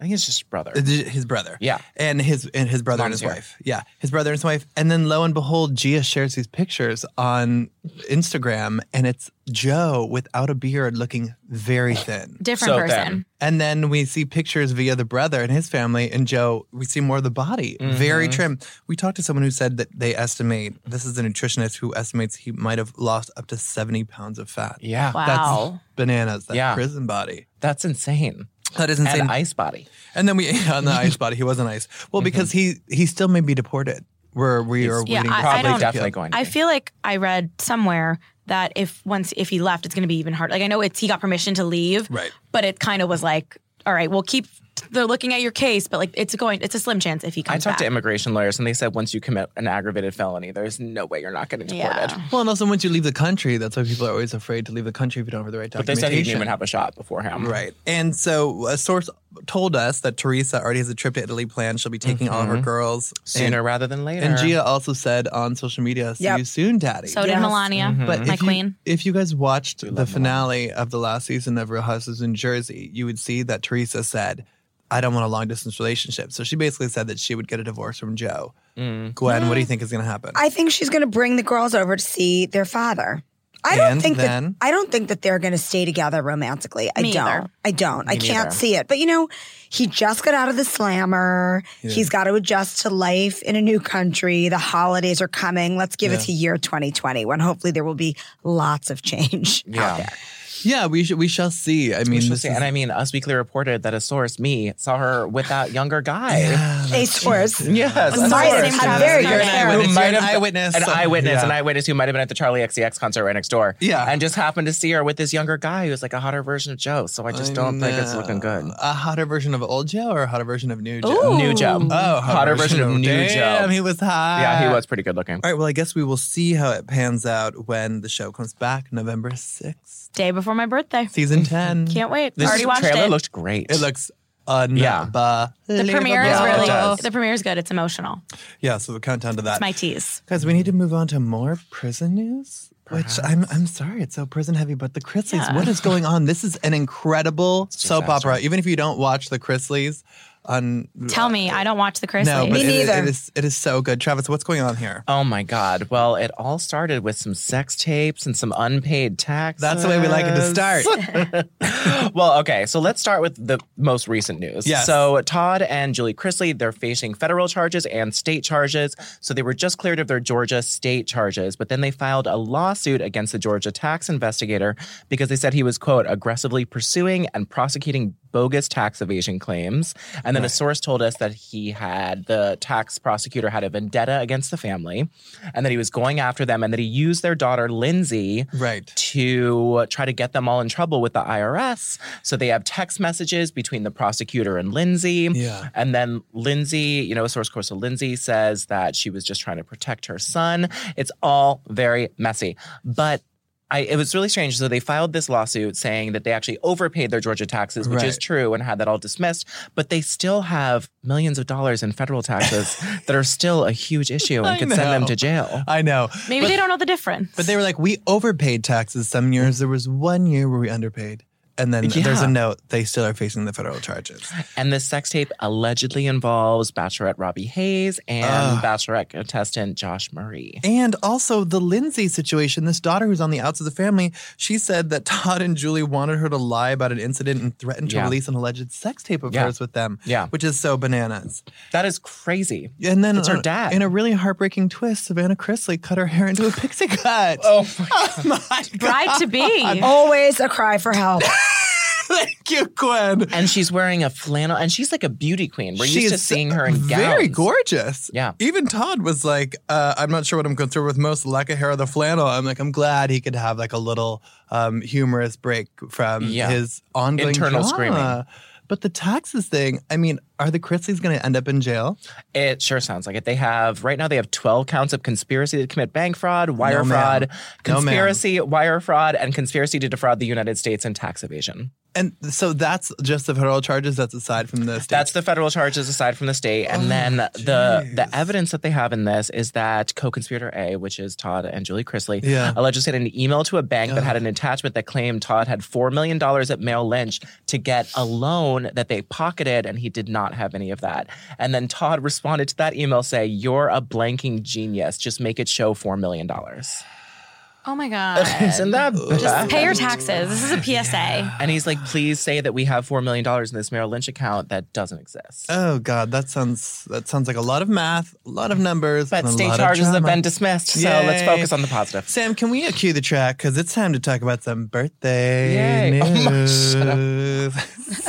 [SPEAKER 4] I think it's just his brother.
[SPEAKER 1] his brother.
[SPEAKER 4] Yeah.
[SPEAKER 1] and his and his brother and
[SPEAKER 4] Mom's
[SPEAKER 1] his
[SPEAKER 4] here.
[SPEAKER 1] wife. Yeah, his brother and his wife. And then lo and behold, Gia shares these pictures on Instagram, and it's Joe without a beard, looking very thin.
[SPEAKER 2] Different
[SPEAKER 4] So
[SPEAKER 2] person.
[SPEAKER 1] And then we see pictures via the brother and his family, and Joe, we see more of the body, very
[SPEAKER 4] Mm-hmm.
[SPEAKER 1] trim. We talked to someone who said that they estimate this is a nutritionist who estimates he might have lost up to 70 pounds of fat.
[SPEAKER 4] Yeah.
[SPEAKER 2] Wow.
[SPEAKER 1] That's bananas, that
[SPEAKER 4] Yeah.
[SPEAKER 1] prison body.
[SPEAKER 4] That's insane.
[SPEAKER 1] That is insane.
[SPEAKER 4] And ice body.
[SPEAKER 1] And then we on the ice body. He wasn't ice.
[SPEAKER 4] Mm-hmm.
[SPEAKER 1] Well, because he he still may be deported. Where we are
[SPEAKER 2] Yeah,
[SPEAKER 1] waiting.
[SPEAKER 2] I-
[SPEAKER 1] for
[SPEAKER 2] I
[SPEAKER 1] him to
[SPEAKER 4] Probably
[SPEAKER 2] don't-
[SPEAKER 1] appeal.
[SPEAKER 4] definitely going to
[SPEAKER 2] I
[SPEAKER 4] be.
[SPEAKER 2] feel like I read somewhere that if once if he left, it's going to be even harder. Like I know it's he got permission to leave,
[SPEAKER 1] Right.
[SPEAKER 2] But it kind of was like, all right, we'll keep. They're looking at your case, but like it's going. It's a slim chance if
[SPEAKER 4] I
[SPEAKER 2] he comes
[SPEAKER 4] talked to
[SPEAKER 2] back.
[SPEAKER 4] immigration lawyers and they said once you commit an aggravated felony, there's no way you're not getting deported.
[SPEAKER 2] Yeah.
[SPEAKER 1] Well, and also once you leave the country, that's why people are always afraid to leave the country if you don't have the right
[SPEAKER 4] But they
[SPEAKER 1] documentation.
[SPEAKER 4] said he didn't even have a shot beforehand.
[SPEAKER 1] Right. And so a source told us that Teresa already has a trip to Italy planned. She'll be taking all of her girls.
[SPEAKER 4] Mm-hmm. Sooner rather than later.
[SPEAKER 1] And, and Gia also said on social media, see
[SPEAKER 3] Yep.
[SPEAKER 1] you soon, daddy.
[SPEAKER 2] So did
[SPEAKER 3] Yes.
[SPEAKER 2] Melania,
[SPEAKER 4] Mm-hmm.
[SPEAKER 1] But
[SPEAKER 2] my
[SPEAKER 1] Mm-hmm. if you,
[SPEAKER 2] queen.
[SPEAKER 1] if you guys watched the finale of the last season of Real Houses in Jersey, you would see that Teresa said, "I don't want a long distance relationship." So she basically said that she would get a divorce from Joe.
[SPEAKER 4] Mm,
[SPEAKER 1] Gwen, what do you think is going to happen?
[SPEAKER 3] I think she's going to bring the girls over to see their father. I don't
[SPEAKER 1] And
[SPEAKER 3] think
[SPEAKER 1] then?
[SPEAKER 3] that I don't think that they're going to stay together romantically. I
[SPEAKER 2] Me
[SPEAKER 3] don't.
[SPEAKER 2] either.
[SPEAKER 3] I don't. I can't
[SPEAKER 4] neither.
[SPEAKER 3] see it. But you know, he just got out of the slammer. He's got to adjust to life in a new country. The holidays are coming. Let's give it
[SPEAKER 1] Yeah.
[SPEAKER 3] to year 2020 when hopefully there will be lots of change out
[SPEAKER 4] Yeah.
[SPEAKER 3] there.
[SPEAKER 1] yeah, we sh- we shall see. I mean,
[SPEAKER 4] We shall
[SPEAKER 1] this
[SPEAKER 4] see.
[SPEAKER 1] is-
[SPEAKER 4] and I mean, Us Weekly reported that a source, me, saw her with that younger guy.
[SPEAKER 3] A source.
[SPEAKER 4] Yes,
[SPEAKER 2] Sorry,
[SPEAKER 4] a
[SPEAKER 2] sorry,
[SPEAKER 4] source.
[SPEAKER 2] same Travis
[SPEAKER 3] Very
[SPEAKER 2] Scott.
[SPEAKER 3] good.
[SPEAKER 2] You're an
[SPEAKER 4] who
[SPEAKER 1] eyewitness. You're
[SPEAKER 4] might
[SPEAKER 1] an
[SPEAKER 4] have
[SPEAKER 1] eyewitness.
[SPEAKER 4] an eyewitness,
[SPEAKER 1] Yeah.
[SPEAKER 4] an eyewitness who might have been at the Charlie XCX concert right next door.
[SPEAKER 1] Yeah.
[SPEAKER 4] and just happened to see her with this younger guy who's like a hotter version of Joe. So I just don't think it's looking good.
[SPEAKER 1] a hotter version of old Joe or a hotter version of new Joe?
[SPEAKER 2] Ooh.
[SPEAKER 4] New Joe,
[SPEAKER 2] Oh,
[SPEAKER 1] Oh,
[SPEAKER 4] hotter version of New
[SPEAKER 1] Damn,
[SPEAKER 4] Joe.
[SPEAKER 1] he was hot.
[SPEAKER 4] Yeah, he was pretty good looking.
[SPEAKER 1] All right, well, Uh, I guess we will see how it pans out when the show comes back November 6th,
[SPEAKER 2] Day before my birthday.
[SPEAKER 1] season 10.
[SPEAKER 2] Can't wait.
[SPEAKER 4] This
[SPEAKER 2] Already watched
[SPEAKER 4] trailer
[SPEAKER 2] it.
[SPEAKER 4] looked great.
[SPEAKER 1] It looks unbelievable.
[SPEAKER 2] the premiere is
[SPEAKER 4] Yeah, it
[SPEAKER 2] really
[SPEAKER 4] does.
[SPEAKER 2] the premiere is good. It's emotional.
[SPEAKER 1] Yeah, so the countdown to that.
[SPEAKER 2] It's my tease.
[SPEAKER 1] Guys, we need to move on to more prison news. Which I'm I'm sorry, it's so prison heavy, but the Chrisleys,
[SPEAKER 2] Yeah.
[SPEAKER 1] what is going on? This is an incredible soap
[SPEAKER 4] disaster.
[SPEAKER 1] opera. Even if you don't watch the Chrisleys on
[SPEAKER 2] Tell me, I don't watch the
[SPEAKER 1] Uh, No, but
[SPEAKER 2] Chrisleys.
[SPEAKER 3] Me
[SPEAKER 1] it- it-
[SPEAKER 3] neither.
[SPEAKER 1] it is it is so good. Travis, what's going on here?
[SPEAKER 4] Oh my God. Well, it all started with some sex tapes and some unpaid taxes.
[SPEAKER 1] That's the way we like it to start.
[SPEAKER 4] well, okay. So let's start with the most recent news.
[SPEAKER 1] Yes.
[SPEAKER 4] So Todd and Julie Chrisley, they're facing federal charges and state charges. So they were just cleared of their Georgia state charges, but then they filed a lawsuit against the Georgia tax investigator because they said he was, quote, aggressively pursuing and prosecuting bogus tax evasion claims. And then a
[SPEAKER 1] Right.
[SPEAKER 4] source told us that he had the tax prosecutor had a vendetta against the family and that he was going after them and that he used their daughter Lindsay
[SPEAKER 1] Right.
[SPEAKER 4] to try to get them all in trouble with the IRS. So they have text messages between the prosecutor and Lindsay.
[SPEAKER 1] Yeah.
[SPEAKER 4] And then Lindsay, you know, a source close to Lindsay says that she was just trying to protect her son. It's all very messy. But I, it was really strange. So they filed this lawsuit saying that they actually overpaid their Georgia taxes, which is
[SPEAKER 1] Right.
[SPEAKER 4] true, and had that all dismissed. But they still have millions of dollars in federal taxes that are still a huge issue
[SPEAKER 1] I
[SPEAKER 4] and could send them
[SPEAKER 1] know.
[SPEAKER 4] to jail.
[SPEAKER 1] I know.
[SPEAKER 2] Maybe they don't know the difference.
[SPEAKER 1] But they were like, we overpaid taxes some years. There was one year where we underpaid. And then there's
[SPEAKER 4] Yeah.
[SPEAKER 1] a note, they still are facing the federal charges.
[SPEAKER 4] And this sex tape allegedly involves Bachelorette Robbie Hayes and
[SPEAKER 1] Ugh.
[SPEAKER 4] Bachelorette contestant Josh Murray.
[SPEAKER 1] And also the Lindsay situation, this daughter who's on the outs of the family, she said that Todd and Julie wanted her to lie about an incident and threatened to
[SPEAKER 4] Yeah.
[SPEAKER 1] release an alleged sex tape of
[SPEAKER 4] Yeah.
[SPEAKER 1] hers with them.
[SPEAKER 4] Yeah.
[SPEAKER 1] Which is so bananas.
[SPEAKER 4] That is crazy.
[SPEAKER 1] And then
[SPEAKER 4] It's her
[SPEAKER 1] uh,
[SPEAKER 4] dad.
[SPEAKER 1] in a really heartbreaking twist, Savannah Chrisley cut her hair into a pixie cut.
[SPEAKER 4] Oh my
[SPEAKER 1] my
[SPEAKER 2] Bride to be.
[SPEAKER 3] Always a cry for help.
[SPEAKER 1] Thank you, Gwen.
[SPEAKER 4] And she's wearing a flannel, and she's like a beauty queen. We're used to
[SPEAKER 1] She's
[SPEAKER 4] seeing her in gowns.
[SPEAKER 1] Very gorgeous.
[SPEAKER 4] Yeah.
[SPEAKER 1] Even Todd was like, uh, I'm not sure what I'm concerned with most, the lack of hair or the flannel. I'm like, I'm glad he could have like a little um, humorous break from
[SPEAKER 4] Yeah.
[SPEAKER 1] his ongoing
[SPEAKER 4] Internal
[SPEAKER 1] drama.
[SPEAKER 4] screaming.
[SPEAKER 1] But the taxes thing, I mean, are the Chrisleys going to end up in jail?
[SPEAKER 4] It sure sounds like it. They have right now. They have twelve counts of conspiracy to commit bank fraud, wire
[SPEAKER 1] No, ma'am.
[SPEAKER 4] fraud,
[SPEAKER 1] No, ma'am.
[SPEAKER 4] conspiracy, wire fraud, and conspiracy to defraud the United States and tax evasion.
[SPEAKER 1] And so that's just the federal charges. That's aside from the state.
[SPEAKER 4] That's the federal charges aside from the state. And then the the evidence that they have in this is that co-conspirator A, which is Todd and Julie Chrisley,
[SPEAKER 1] Yeah.
[SPEAKER 4] allegedly sent an email to a bank that had an attachment that claimed Todd had four million dollars at Merrill Lynch to get a loan that they pocketed, and he did not have any of that. And then Todd responded to that email saying, "You're a blanking genius. Just make it show four million dollars."
[SPEAKER 2] Oh my God.
[SPEAKER 4] Isn't that bad?
[SPEAKER 2] Just pay your taxes. This is a PSA.
[SPEAKER 4] and he's like, please say that we have $4 million in this Merrill Lynch account that doesn't exist.
[SPEAKER 1] Oh God, that sounds that sounds like a lot of math, a lot of numbers,
[SPEAKER 4] But
[SPEAKER 1] and a
[SPEAKER 4] state
[SPEAKER 1] lot of
[SPEAKER 4] charges have
[SPEAKER 1] drama.
[SPEAKER 4] been dismissed, so let's
[SPEAKER 1] Yay.
[SPEAKER 4] focus on the positive.
[SPEAKER 1] Sam, can we cue the track? Because it's time to talk about some birthday
[SPEAKER 4] Yay. Oh my-
[SPEAKER 1] news.
[SPEAKER 4] shut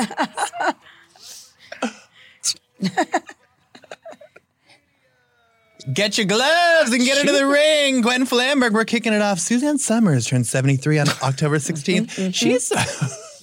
[SPEAKER 1] Get your gloves and get into the ring. Gwen Flamberg, we're kicking it off. Suzanne Summers turned 73 on October 16th. She's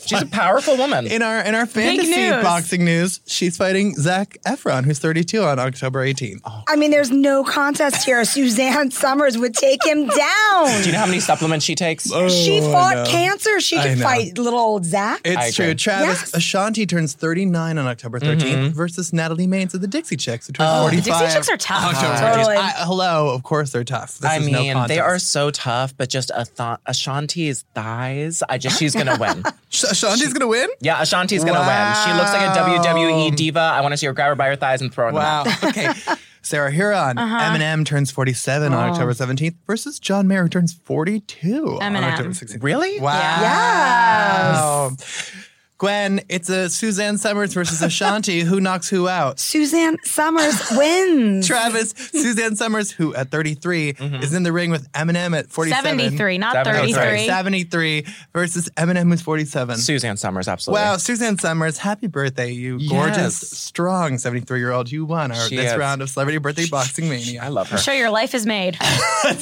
[SPEAKER 4] She's a powerful woman.
[SPEAKER 1] in our in our fantasy
[SPEAKER 2] news.
[SPEAKER 1] boxing news. She's fighting Zach Efron, who's 32 on October 18th.
[SPEAKER 4] Oh,
[SPEAKER 3] I mean, there's no contest here. Suzanne Summers would take him down.
[SPEAKER 4] Do you know how many supplements she takes?
[SPEAKER 3] she
[SPEAKER 1] Oh, I
[SPEAKER 3] fought
[SPEAKER 1] know.
[SPEAKER 3] cancer. She
[SPEAKER 1] I
[SPEAKER 3] could
[SPEAKER 1] know.
[SPEAKER 3] fight little old Zach.
[SPEAKER 4] I
[SPEAKER 1] It's
[SPEAKER 4] agree. Mm-hmm.
[SPEAKER 1] true. Travis
[SPEAKER 3] Yes.
[SPEAKER 1] Ashanti turns 39 on October 13th versus Natalie Maines of the Dixie Chicks, who turns
[SPEAKER 2] Oh, the
[SPEAKER 1] 45.
[SPEAKER 2] Dixie Chicks are tough.
[SPEAKER 1] October
[SPEAKER 3] Totally.
[SPEAKER 1] 13th. I, hello, of course they're tough. This
[SPEAKER 4] I
[SPEAKER 1] is no
[SPEAKER 4] mean, they
[SPEAKER 1] contest.
[SPEAKER 4] are so tough, but just a th- Ashanti's thighs. I just she's gonna win.
[SPEAKER 1] Sh- Ashanti's gonna win.
[SPEAKER 4] Yeah, Ashanti's gonna win. She looks like a
[SPEAKER 1] Wow.
[SPEAKER 4] WWE diva. I want to see her grab her by her thighs and throw her. in the mat.
[SPEAKER 1] Wow. Okay. Sarah Huron,
[SPEAKER 2] Uh-huh.
[SPEAKER 1] Eminem turns 47
[SPEAKER 2] Oh.
[SPEAKER 1] on October 17th versus John Mayer, who turns 42 on
[SPEAKER 2] Eminem.
[SPEAKER 1] October 16th.
[SPEAKER 4] Really?
[SPEAKER 1] Wow.
[SPEAKER 3] Ah. Yeah.
[SPEAKER 1] Gwen, it's a Suzanne Summers versus Ashanti. who knocks who out?
[SPEAKER 3] Suzanne Summers wins.
[SPEAKER 1] Travis, Suzanne Summers, who at 33
[SPEAKER 4] Mm-hmm.
[SPEAKER 1] is in the ring with Eminem at 47.
[SPEAKER 2] 73, not
[SPEAKER 4] Seven- oh, sorry.
[SPEAKER 2] 33.
[SPEAKER 1] 73 versus Eminem, who's 47.
[SPEAKER 4] Suzanne Summers, absolutely.
[SPEAKER 1] Wow, Suzanne Summers, happy birthday, you gorgeous,
[SPEAKER 4] Yes.
[SPEAKER 1] strong 73 year old. You won our,
[SPEAKER 4] She
[SPEAKER 1] this
[SPEAKER 4] is.
[SPEAKER 1] round of Celebrity Birthday Boxing
[SPEAKER 4] I
[SPEAKER 1] Mania.
[SPEAKER 4] love her.
[SPEAKER 2] Show your life is made.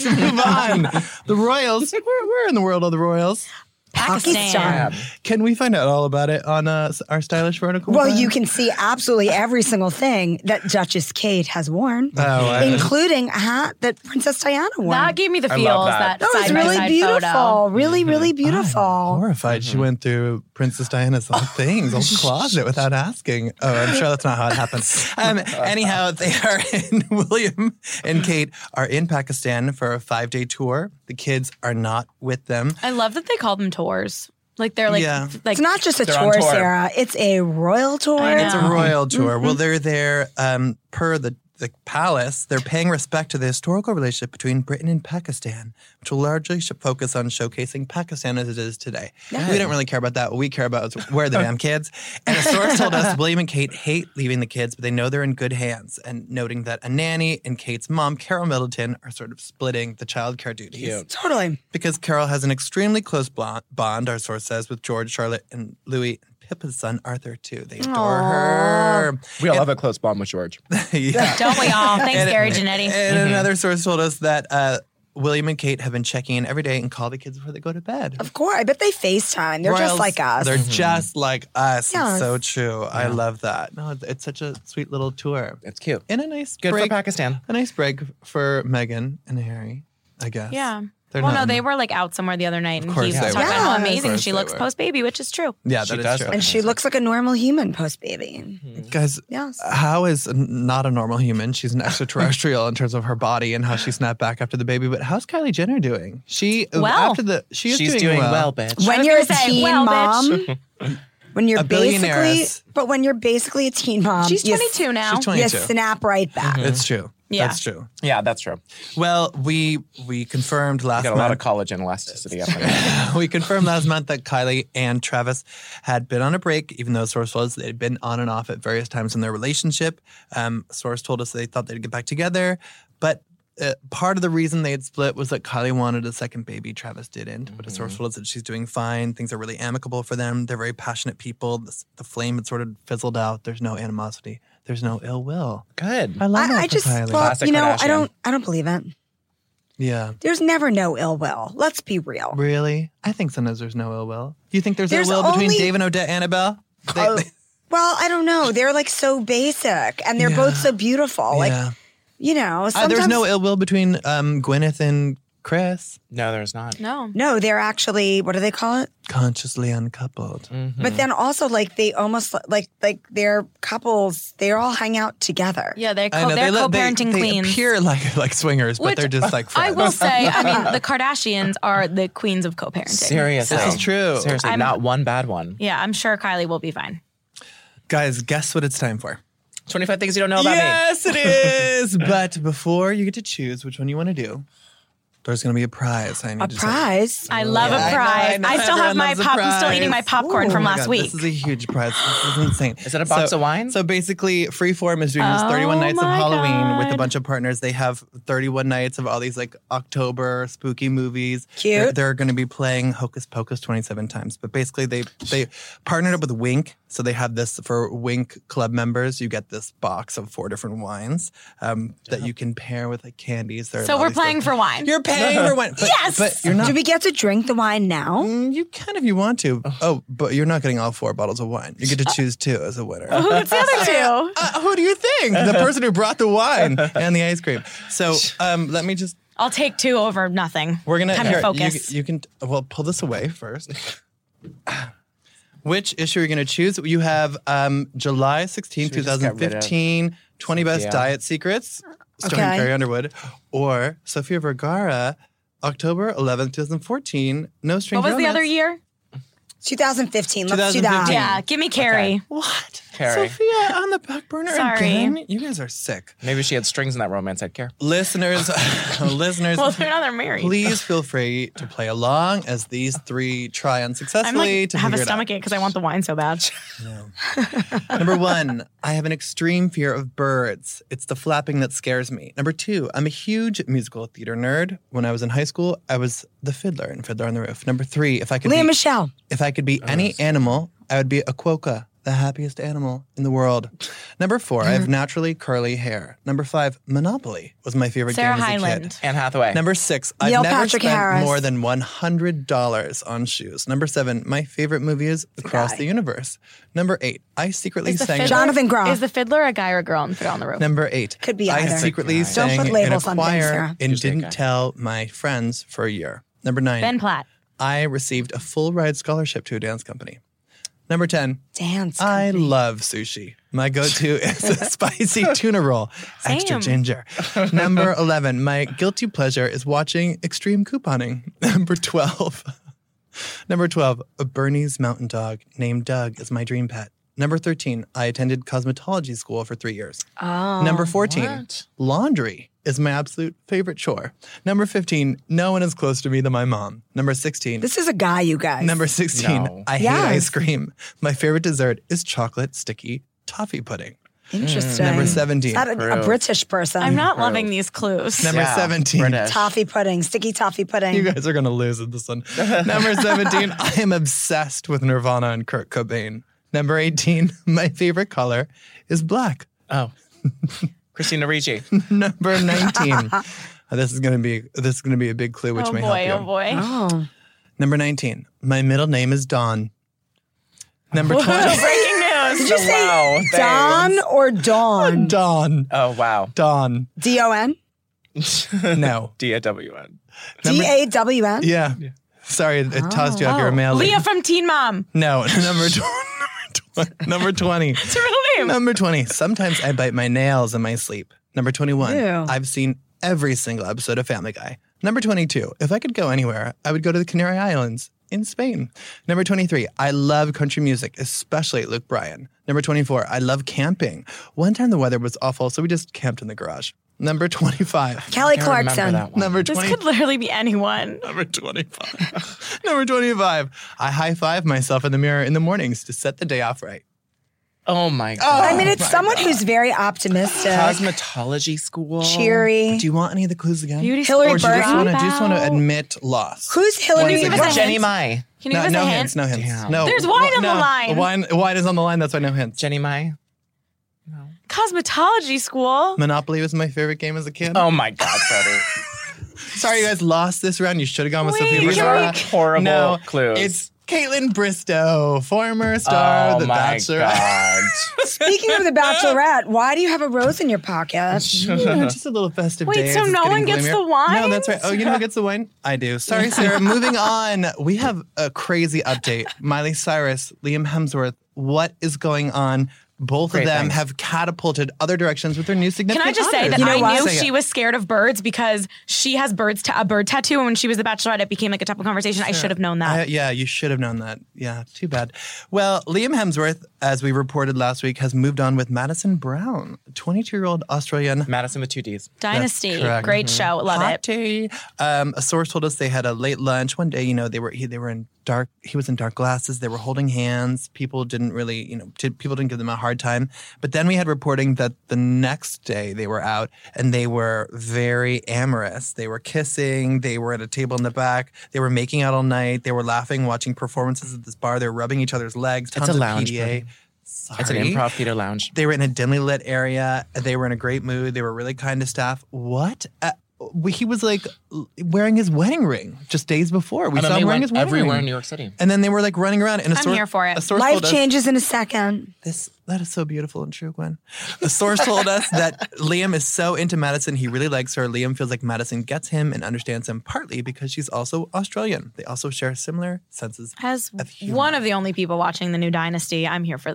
[SPEAKER 1] Move on. the Royals, we're, we're in the world of the Royals.
[SPEAKER 2] Pakistan.
[SPEAKER 3] Pakistan.
[SPEAKER 1] Can we find out all about it on uh, our stylish vertical?
[SPEAKER 3] Well,
[SPEAKER 1] Gwen?
[SPEAKER 3] you can see absolutely every single thing that Duchess Kate has worn,
[SPEAKER 1] Oh, I-
[SPEAKER 3] including a hat that Princess Diana wore.
[SPEAKER 2] That gave me the
[SPEAKER 4] I love
[SPEAKER 2] feels.
[SPEAKER 4] that.
[SPEAKER 3] that
[SPEAKER 2] That,
[SPEAKER 3] was
[SPEAKER 2] side by
[SPEAKER 3] really
[SPEAKER 2] side
[SPEAKER 3] beautiful.
[SPEAKER 2] photo.
[SPEAKER 3] Really,
[SPEAKER 1] Mm-hmm.
[SPEAKER 3] really
[SPEAKER 1] I'm
[SPEAKER 3] beautiful.
[SPEAKER 1] horrified she went through Princess Diana's whole things, whole closet without asking. Oh, I'm sure that's not how it happened. Um, anyhow, they are in William and Kate are in Pakistan for a five day tour. The kids are not with them.
[SPEAKER 2] I love that they call them tours. Like they're like
[SPEAKER 1] Yeah.
[SPEAKER 2] th- like
[SPEAKER 3] It's not just a
[SPEAKER 4] They're on
[SPEAKER 3] tour,
[SPEAKER 4] tour.
[SPEAKER 3] Sarah. It's a royal tour.
[SPEAKER 2] know.
[SPEAKER 1] It's a royal tour. Well, they're there um, per the the palace. They're paying respect to the historical relationship between Britain and Pakistan, which will largely sh- focus on showcasing Pakistan as it is today. We don't really care about that. What we care about is where are the damn kids. And a source told us William and Kate hate leaving the kids, but they know they're in good hands. And noting that a nanny and Kate's mom, Carol Middleton, are sort of splitting the childcare duties
[SPEAKER 4] Cute.
[SPEAKER 3] Totally.
[SPEAKER 1] because Carol has an extremely close blon- bond, our source says, with George, Charlotte, and Louis and Pippa's son Arthur too. They adore her.
[SPEAKER 4] We all have a close bond with George.
[SPEAKER 1] yeah.
[SPEAKER 2] Don't we all? Thanks, Gary Janetti.
[SPEAKER 1] And
[SPEAKER 3] Mm-hmm.
[SPEAKER 1] another source told us that uh, William and Kate have been checking in every day and call the kids before they go to bed.
[SPEAKER 3] Of course. I bet they FaceTime. They're
[SPEAKER 1] Royals,
[SPEAKER 3] just like us.
[SPEAKER 4] Mm-hmm.
[SPEAKER 1] They're just like us. It's
[SPEAKER 3] Yes.
[SPEAKER 1] so true. I love that. No, it's- it's such a sweet little tour.
[SPEAKER 4] It's cute.
[SPEAKER 1] And a nice
[SPEAKER 4] Good
[SPEAKER 1] break.
[SPEAKER 4] for Pakistan.
[SPEAKER 1] a nice break for Megan and Harry, I guess.
[SPEAKER 2] Yeah.
[SPEAKER 1] They're
[SPEAKER 2] well,
[SPEAKER 1] not
[SPEAKER 2] no,
[SPEAKER 1] in
[SPEAKER 2] they
[SPEAKER 1] the-
[SPEAKER 2] were like out somewhere the other night, and
[SPEAKER 1] course
[SPEAKER 2] he was
[SPEAKER 1] they
[SPEAKER 2] talking
[SPEAKER 3] were.
[SPEAKER 2] about how
[SPEAKER 3] Yes. Of
[SPEAKER 2] amazing
[SPEAKER 1] course
[SPEAKER 2] she
[SPEAKER 1] they
[SPEAKER 2] looks
[SPEAKER 1] were.
[SPEAKER 2] post baby, which is true.
[SPEAKER 1] Yeah,
[SPEAKER 4] She
[SPEAKER 1] that is
[SPEAKER 4] does
[SPEAKER 1] true.
[SPEAKER 4] look-
[SPEAKER 3] and she looks like a normal human post baby.
[SPEAKER 1] Guys,
[SPEAKER 3] Yes.
[SPEAKER 1] how is n- not a normal human? She's an extraterrestrial in terms of her body and how she snapped back after the baby. But how's Kylie Jenner doing? She uh,
[SPEAKER 2] Well.
[SPEAKER 1] after the she is
[SPEAKER 4] She's
[SPEAKER 1] doing, well.
[SPEAKER 4] bitch.
[SPEAKER 3] when
[SPEAKER 2] was
[SPEAKER 3] you're a
[SPEAKER 2] gonna say,
[SPEAKER 3] teen
[SPEAKER 2] well,
[SPEAKER 3] mom, when you're
[SPEAKER 1] A
[SPEAKER 3] basically,
[SPEAKER 1] billionaireess.
[SPEAKER 3] but when you're basically a teen mom,
[SPEAKER 2] She's
[SPEAKER 3] you
[SPEAKER 2] 22 now.
[SPEAKER 1] She's 22.
[SPEAKER 3] You snap right back.
[SPEAKER 1] It's true.
[SPEAKER 2] Yeah.
[SPEAKER 1] That's true.
[SPEAKER 4] Yeah, that's true.
[SPEAKER 1] Well, we we confirmed last
[SPEAKER 4] Got a
[SPEAKER 1] month.
[SPEAKER 4] lot of collagen elasticity up in there.
[SPEAKER 1] we confirmed last month that Kylie and Travis had been on a break, even though source told us they'd been on and off at various times in their relationship. Um, source told us they thought they'd get back together, but uh, part of the reason they had split was that Kylie wanted a second baby. Travis didn't, but a source told us that she's doing fine. Things are really amicable for them. They're very passionate people. The, the flame had sort of fizzled out. There's no animosity. There's no ill will.
[SPEAKER 4] Good.
[SPEAKER 1] I love
[SPEAKER 3] I,
[SPEAKER 1] that
[SPEAKER 3] I
[SPEAKER 1] for
[SPEAKER 3] just,
[SPEAKER 1] Kylie.
[SPEAKER 3] well,
[SPEAKER 4] Classic
[SPEAKER 3] you know,
[SPEAKER 4] Kardashian.
[SPEAKER 3] I don't, I don't believe it.
[SPEAKER 1] yeah.
[SPEAKER 3] There's never no ill will. Let's be real.
[SPEAKER 1] Really? I think sometimes there's no ill will. You think there's,
[SPEAKER 3] There's
[SPEAKER 1] ill will between
[SPEAKER 3] only-
[SPEAKER 1] Dave and Odette Annabelle? They-
[SPEAKER 3] Oh, well, I don't know. They're like so basic, and they're
[SPEAKER 1] Yeah.
[SPEAKER 3] both so beautiful. Like
[SPEAKER 1] yeah.
[SPEAKER 3] you know,
[SPEAKER 1] Uh,
[SPEAKER 3] sometimes
[SPEAKER 1] there's no ill will between um, Gwyneth and Chris.
[SPEAKER 4] No, there's not.
[SPEAKER 2] No.
[SPEAKER 3] no. They're actually what do they call it?
[SPEAKER 1] Consciously uncoupled.
[SPEAKER 4] Mm.
[SPEAKER 3] But then also like they almost like like they're couples. They all hang out together.
[SPEAKER 2] Yeah, they're,
[SPEAKER 1] I
[SPEAKER 2] co-
[SPEAKER 1] know,
[SPEAKER 2] they're
[SPEAKER 1] look-
[SPEAKER 2] co-parenting
[SPEAKER 1] they
[SPEAKER 2] queens.
[SPEAKER 1] appear like like swingers, but
[SPEAKER 2] Which
[SPEAKER 1] they're just like friends.
[SPEAKER 2] I will say, I mean, the Kardashians are the queens of co-parenting.
[SPEAKER 4] Seriously.
[SPEAKER 1] This is true.
[SPEAKER 4] Seriously,
[SPEAKER 2] I'm-
[SPEAKER 4] not one bad one.
[SPEAKER 2] Yeah, I'm sure Kylie will be fine.
[SPEAKER 1] Guys, guess what it's time for?
[SPEAKER 4] 25 things you don't know about me.
[SPEAKER 1] yes, it is. but before you get to choose which one you want to do, there's going to be a prize. I need
[SPEAKER 3] A
[SPEAKER 1] to say.
[SPEAKER 3] prize.
[SPEAKER 2] I love
[SPEAKER 1] Yeah, I
[SPEAKER 2] a
[SPEAKER 1] know,
[SPEAKER 2] prize.
[SPEAKER 1] I
[SPEAKER 2] I,
[SPEAKER 1] know.
[SPEAKER 2] still have
[SPEAKER 1] Everyone
[SPEAKER 2] my
[SPEAKER 1] loves a
[SPEAKER 2] pop. I'm still
[SPEAKER 1] prize.
[SPEAKER 2] eating my popcorn
[SPEAKER 1] Oh
[SPEAKER 2] from
[SPEAKER 1] my
[SPEAKER 2] last
[SPEAKER 1] God,
[SPEAKER 2] week.
[SPEAKER 1] This is a huge prize. This is insane.
[SPEAKER 4] Is it a box
[SPEAKER 1] So-
[SPEAKER 4] of wine?
[SPEAKER 1] So basically, Freeform is doing this
[SPEAKER 2] Oh
[SPEAKER 1] 31 nights of
[SPEAKER 2] my
[SPEAKER 1] Halloween with a
[SPEAKER 2] God.
[SPEAKER 1] bunch of partners. They have 31 nights of all these like October spooky movies.
[SPEAKER 3] Cute.
[SPEAKER 1] They're, going to be playing Hocus Pocus 27 times. But basically, they they partnered up with Wink. So they have this for Wink Club members. You get this box of four different wines um, that you can pair with like candies. There are
[SPEAKER 2] So
[SPEAKER 1] all
[SPEAKER 2] we're
[SPEAKER 1] these
[SPEAKER 2] playing
[SPEAKER 1] different-
[SPEAKER 2] for wine.
[SPEAKER 1] You're paying for wine. But,
[SPEAKER 2] Yes!
[SPEAKER 1] But you're not
[SPEAKER 3] Do we get to drink the wine now?
[SPEAKER 1] Mm, You can if you want to. Oh, but you're not getting all four bottles of wine. You get
[SPEAKER 4] Uh,
[SPEAKER 1] to choose two as a winner.
[SPEAKER 2] Who gets the other two?
[SPEAKER 1] Uh, who do you think? The person who brought the wine and the ice cream. So um, let me just.
[SPEAKER 2] I'll take two over nothing.
[SPEAKER 1] We're gonna.
[SPEAKER 2] time
[SPEAKER 1] here,
[SPEAKER 2] to
[SPEAKER 1] you-
[SPEAKER 2] focus.
[SPEAKER 1] You, can. Well, pull this away first. Which issue are you gonna choose? You have um, July 16,
[SPEAKER 4] we just get rid of-
[SPEAKER 1] 2015, 20 Best
[SPEAKER 4] Yeah.
[SPEAKER 1] Diet Secrets, starring
[SPEAKER 3] Okay.
[SPEAKER 1] Carrie Underwood, or Sofia Vergara, October 11, 2014, No Strings
[SPEAKER 2] what was the other
[SPEAKER 1] Romance.
[SPEAKER 2] year?
[SPEAKER 3] 2015. Let's do
[SPEAKER 1] 2015.
[SPEAKER 3] that.
[SPEAKER 2] Yeah, give me Carrie.
[SPEAKER 1] What?
[SPEAKER 4] Carrie.
[SPEAKER 1] Sophia on the back burner
[SPEAKER 2] Sorry.
[SPEAKER 1] again? You guys are sick.
[SPEAKER 4] Maybe she had strings in that romance. I'd care.
[SPEAKER 1] Listeners, listeners,
[SPEAKER 2] Well, they're not they're married.
[SPEAKER 1] please feel free to play along as these three try unsuccessfully
[SPEAKER 2] I'm like
[SPEAKER 1] to
[SPEAKER 2] have a
[SPEAKER 1] figure it out.
[SPEAKER 2] stomach ache because I want the wine so bad.
[SPEAKER 1] Number one, I have an extreme fear of birds. It's the flapping that scares me. Number two, I'm a huge musical theater nerd. When I was in high school, I was the fiddler in Fiddler on the Roof. Number three, if I could
[SPEAKER 3] Leah
[SPEAKER 1] be,
[SPEAKER 3] Michelle.
[SPEAKER 1] if I could be any animal, I would be a quokka, the happiest animal in the world. Number four, I
[SPEAKER 3] Mm-hmm.
[SPEAKER 1] have naturally curly hair. Number five, Monopoly was my favorite
[SPEAKER 2] Sarah
[SPEAKER 1] game as a
[SPEAKER 2] Hyland.
[SPEAKER 1] kid.
[SPEAKER 4] Anne Hathaway.
[SPEAKER 1] Number six,
[SPEAKER 3] Neil
[SPEAKER 1] I've never
[SPEAKER 3] Patrick
[SPEAKER 1] spent
[SPEAKER 3] Harris.
[SPEAKER 1] more than one hundred dollars on shoes. Number seven, my favorite movie is Across
[SPEAKER 3] guy.
[SPEAKER 1] the Universe. Number eight, I secretly
[SPEAKER 2] Is the
[SPEAKER 1] sang.
[SPEAKER 2] fiddler-
[SPEAKER 3] Jonathan Groff.
[SPEAKER 2] Is the fiddler a guy or a girl in Fiddler on the Roof?
[SPEAKER 1] Number eight,
[SPEAKER 3] Could be
[SPEAKER 1] I
[SPEAKER 3] either.
[SPEAKER 1] secretly
[SPEAKER 4] Don't
[SPEAKER 1] sang
[SPEAKER 3] put
[SPEAKER 1] in a
[SPEAKER 3] labels on things,
[SPEAKER 1] choir
[SPEAKER 3] Sarah.
[SPEAKER 1] and
[SPEAKER 4] Usually a guy.
[SPEAKER 1] didn't tell my friends for a year. Number nine,
[SPEAKER 2] Ben Platt.
[SPEAKER 1] I received a full ride scholarship to a dance company. Number ten,
[SPEAKER 3] Dance.
[SPEAKER 1] I love sushi. My go to is a spicy tuna roll, extra
[SPEAKER 2] Same.
[SPEAKER 1] ginger. Number 11, my guilty pleasure is watching extreme couponing. Number 12, number 12, a Bernese mountain dog named Doug is my dream pet. Number 13, I attended cosmetology school for three years.
[SPEAKER 3] oh.
[SPEAKER 1] Number 14,
[SPEAKER 4] what?
[SPEAKER 1] laundry is my absolute favorite chore. Number 15, no one is close to me than my mom. Number 16,
[SPEAKER 3] This is a guy, you guys.
[SPEAKER 1] Number 16,
[SPEAKER 4] No.
[SPEAKER 1] I hate
[SPEAKER 3] Yes.
[SPEAKER 1] ice cream. My favorite dessert is chocolate sticky toffee pudding.
[SPEAKER 3] Interesting.
[SPEAKER 1] Number 17.
[SPEAKER 3] Is that a, a
[SPEAKER 4] Approved.
[SPEAKER 3] British person?
[SPEAKER 2] I'm not loving these clues.
[SPEAKER 1] Number
[SPEAKER 4] Yeah,
[SPEAKER 1] 17.
[SPEAKER 4] British.
[SPEAKER 3] Toffee pudding, sticky toffee pudding.
[SPEAKER 1] You guys are going to lose in this one. Number 17, I am obsessed with Nirvana and Kurt Cobain. Number 18, my favorite color is black.
[SPEAKER 4] Oh. Christina Ricci.
[SPEAKER 1] Number 19. Oh, this is gonna be this is gonna be a big clue which
[SPEAKER 2] oh
[SPEAKER 1] may
[SPEAKER 2] boy,
[SPEAKER 1] help
[SPEAKER 2] oh
[SPEAKER 1] you.
[SPEAKER 2] boy.
[SPEAKER 3] Oh.
[SPEAKER 1] Number 19. My middle name is Dawn. Number
[SPEAKER 2] Whoa,
[SPEAKER 1] 20.
[SPEAKER 2] breaking
[SPEAKER 4] Did
[SPEAKER 2] news.
[SPEAKER 4] you say wow,
[SPEAKER 3] Don
[SPEAKER 4] thanks.
[SPEAKER 3] or Dawn?
[SPEAKER 1] Dawn.
[SPEAKER 4] Oh, wow.
[SPEAKER 1] Dawn.
[SPEAKER 3] D O N?
[SPEAKER 1] No.
[SPEAKER 4] D-A-W-N.
[SPEAKER 1] Number-
[SPEAKER 3] D A W N?
[SPEAKER 1] Yeah. Sorry, it tossed you off your
[SPEAKER 3] Oh.
[SPEAKER 1] mail.
[SPEAKER 2] Leah from Teen Mom.
[SPEAKER 1] No, number tw- number 20.
[SPEAKER 2] It's her real name.
[SPEAKER 1] Number 20. Sometimes I bite my nails in my sleep. Number 21.
[SPEAKER 3] Ew.
[SPEAKER 1] I've seen every single episode of Family Guy. Number 22. If I could go anywhere, I would go to the Canary Islands in Spain. Number 23. I love country music, especially Luke Bryan. Number 24. I love camping. One time the weather was awful, so we just camped in the garage. Number 25.
[SPEAKER 3] Kelly
[SPEAKER 4] I remember
[SPEAKER 3] Clarkson.
[SPEAKER 4] that one.
[SPEAKER 1] Number
[SPEAKER 2] This
[SPEAKER 1] 20.
[SPEAKER 2] could literally be anyone.
[SPEAKER 1] Number 25. Number 25. I high five myself in the mirror in the mornings to set the day off right.
[SPEAKER 4] Oh, my God.
[SPEAKER 3] I mean, it's
[SPEAKER 1] my
[SPEAKER 3] someone who's very
[SPEAKER 1] Oh.
[SPEAKER 3] optimistic,
[SPEAKER 4] Cosmetology school.
[SPEAKER 3] cheery.
[SPEAKER 1] Do you want any of the clues again?
[SPEAKER 2] Beauty
[SPEAKER 3] Hillary
[SPEAKER 1] or do
[SPEAKER 2] school
[SPEAKER 1] you just
[SPEAKER 3] Burton?
[SPEAKER 1] want to do you just want to
[SPEAKER 2] dropout.
[SPEAKER 1] admit loss?
[SPEAKER 3] Who's Hillary?
[SPEAKER 1] Once again.
[SPEAKER 2] give us a
[SPEAKER 4] Jenny
[SPEAKER 2] hint?
[SPEAKER 4] Mai.
[SPEAKER 2] Can you
[SPEAKER 1] no,
[SPEAKER 2] give us
[SPEAKER 1] no
[SPEAKER 2] a
[SPEAKER 1] hints,
[SPEAKER 2] hint?
[SPEAKER 1] no hints.
[SPEAKER 4] Damn.
[SPEAKER 1] No.
[SPEAKER 2] There's wine on the
[SPEAKER 1] no,
[SPEAKER 2] line.
[SPEAKER 1] Wine, wine is on the line. That's why no hints.
[SPEAKER 4] Jenny Mai.
[SPEAKER 2] Cosmetology school.
[SPEAKER 1] Monopoly was my favorite game as a kid.
[SPEAKER 4] Oh, my God, Freddie.
[SPEAKER 1] Sorry, you guys lost this round. You should have gone with
[SPEAKER 2] Wait,
[SPEAKER 1] something.
[SPEAKER 2] These
[SPEAKER 4] These
[SPEAKER 1] more
[SPEAKER 2] are
[SPEAKER 4] are
[SPEAKER 1] dark.
[SPEAKER 4] horrible
[SPEAKER 1] no,
[SPEAKER 4] clues.
[SPEAKER 1] It's Caitlin Bristow, former star
[SPEAKER 4] oh
[SPEAKER 1] of The
[SPEAKER 4] my
[SPEAKER 1] Bachelor.
[SPEAKER 4] God.
[SPEAKER 3] Speaking of the Bachelorette, why do you have a rose in your pocket?
[SPEAKER 1] Yeah, just a little festive
[SPEAKER 2] Wait,
[SPEAKER 1] day.
[SPEAKER 2] so
[SPEAKER 1] It's
[SPEAKER 2] no
[SPEAKER 1] getting
[SPEAKER 2] one gets
[SPEAKER 1] gloomier.
[SPEAKER 2] the wine?
[SPEAKER 1] No, that's right. Oh, you know who gets the wine? I do. Sorry, Sarah. Moving on. We have a crazy update. Miley Cyrus, Liam Hemsworth. What is going on? Both
[SPEAKER 4] Great,
[SPEAKER 1] of them
[SPEAKER 4] thanks.
[SPEAKER 1] have catapulted other directions with their new
[SPEAKER 2] Can
[SPEAKER 1] significant
[SPEAKER 2] I just say
[SPEAKER 1] others.
[SPEAKER 2] that I knew
[SPEAKER 1] Say
[SPEAKER 2] she
[SPEAKER 1] it.
[SPEAKER 2] was scared of birds because she has birds ta- a bird tattoo, and when she was the Bachelorette, it became like a topic of conversation. I should have known that.
[SPEAKER 1] I- yeah, you should have known that. Yeah, too bad. Well, Liam Hemsworth, as we reported last week, has moved on with Madison Brown, 22 year old Australian
[SPEAKER 4] Madison with two D's.
[SPEAKER 2] Dynasty,
[SPEAKER 1] correct. Mm-hmm.
[SPEAKER 2] great show, love
[SPEAKER 1] hot
[SPEAKER 2] it.
[SPEAKER 1] tea. Um, a source told us they had a late lunch one day. You know, they were he, they were in dark. He was in dark glasses. They were holding hands. People didn't really, you know, did, people didn't give them a hard time. But then we had reporting that the next day they were out and they were very amorous. They were kissing. They were at a table in the back. They were making out all night. They were laughing, watching performances at this bar. They were rubbing each other's legs. Tons
[SPEAKER 4] a
[SPEAKER 1] of
[SPEAKER 4] lounge,
[SPEAKER 1] PDA.
[SPEAKER 4] buddy. It's an
[SPEAKER 1] Sorry
[SPEAKER 4] improv theater lounge.
[SPEAKER 1] they were in a dimly lit area. They were in a great mood. They were really kind to staff. What? Uh, we- he was like l- wearing his wedding ring just days before. We
[SPEAKER 4] And then
[SPEAKER 1] saw
[SPEAKER 4] they
[SPEAKER 1] him wearing
[SPEAKER 4] went
[SPEAKER 1] his wedding
[SPEAKER 4] everywhere
[SPEAKER 1] ring.
[SPEAKER 4] in New York City.
[SPEAKER 1] and then they were like running around. And a
[SPEAKER 2] I'm
[SPEAKER 1] sour-
[SPEAKER 2] here for it.
[SPEAKER 1] A source
[SPEAKER 3] Life
[SPEAKER 1] told us-
[SPEAKER 3] changes in a second.
[SPEAKER 1] this that is so beautiful and true, Gwen. The source told us that Liam is so into Madison, he really likes her. Liam feels like Madison gets him and understands him partly because she's also Australian. They also share similar senses.
[SPEAKER 2] As one of the only people watching the new Dynasty, I'm here for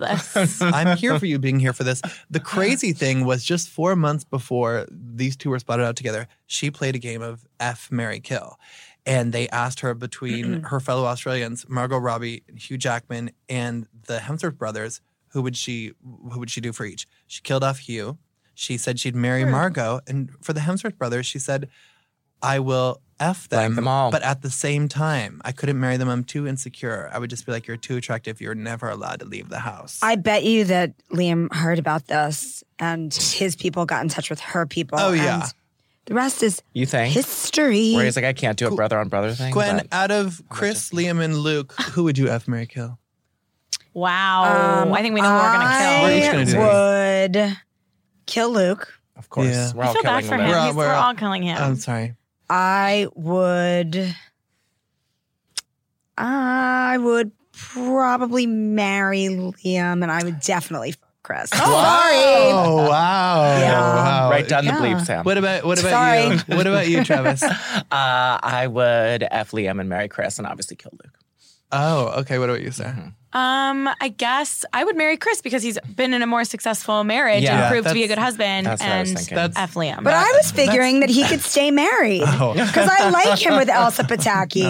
[SPEAKER 2] this.
[SPEAKER 1] I'm here for you being here for this. The crazy thing was just four months before these two were spotted out together, she played a game of F Mary Kill. And they asked her between her fellow Australians, Margot Robbie, Hugh Jackman, and the Hemsworth brothers, who would she who would she do for each? She killed off Hugh. She said she'd marry Margot. And for the Hemsworth brothers, she said, I will F them,
[SPEAKER 4] Like them all.
[SPEAKER 1] But at the same time, I couldn't marry them. I'm too insecure. I would just be like, You're too attractive. You're never allowed to leave the house.
[SPEAKER 3] I bet you that Liam heard about this and his people got in touch with her people.
[SPEAKER 1] Oh, yeah.
[SPEAKER 3] and the rest is
[SPEAKER 4] You think?
[SPEAKER 3] history.
[SPEAKER 4] Where he's like, I can't do a brother on brother thing.
[SPEAKER 1] Gwen,
[SPEAKER 4] but-
[SPEAKER 1] out of Chris, Liam, and Luke, who would you F Mary kill?
[SPEAKER 2] Wow, Oh, I think we know who we're gonna kill.
[SPEAKER 3] Um, I
[SPEAKER 1] We're each gonna do
[SPEAKER 3] would kill Luke.
[SPEAKER 4] of course.
[SPEAKER 1] Yeah.
[SPEAKER 4] We're
[SPEAKER 2] I
[SPEAKER 4] all
[SPEAKER 2] feel bad
[SPEAKER 4] killing
[SPEAKER 2] for
[SPEAKER 4] them.
[SPEAKER 2] him.
[SPEAKER 1] We're all-
[SPEAKER 2] He's-
[SPEAKER 1] we're
[SPEAKER 2] we're
[SPEAKER 1] all-
[SPEAKER 2] all killing him.
[SPEAKER 1] I'm sorry.
[SPEAKER 3] I would. I would probably marry Liam, and I would definitely fuck Chris.
[SPEAKER 2] Oh,
[SPEAKER 3] Sorry.
[SPEAKER 1] Oh wow!
[SPEAKER 3] Yeah.
[SPEAKER 1] Wow.
[SPEAKER 4] Right down the
[SPEAKER 3] Yeah.
[SPEAKER 4] bleep, Sam.
[SPEAKER 1] What about what about you? What about you, Travis?
[SPEAKER 4] uh, I would F Liam and marry Chris and obviously kill Luke.
[SPEAKER 1] Oh, okay. What about you, Sarah?
[SPEAKER 4] Mm-hmm.
[SPEAKER 2] Um, I guess I would marry Chris because he's been in a more successful marriage
[SPEAKER 4] Yeah,
[SPEAKER 2] and proved to be a
[SPEAKER 1] that's-
[SPEAKER 2] good husband.
[SPEAKER 4] that's what I was
[SPEAKER 2] and
[SPEAKER 4] thinking. That's-
[SPEAKER 2] F Liam.
[SPEAKER 3] But I was figuring that he could stay married
[SPEAKER 1] Oh.
[SPEAKER 3] because I like him with Elsa Pataki.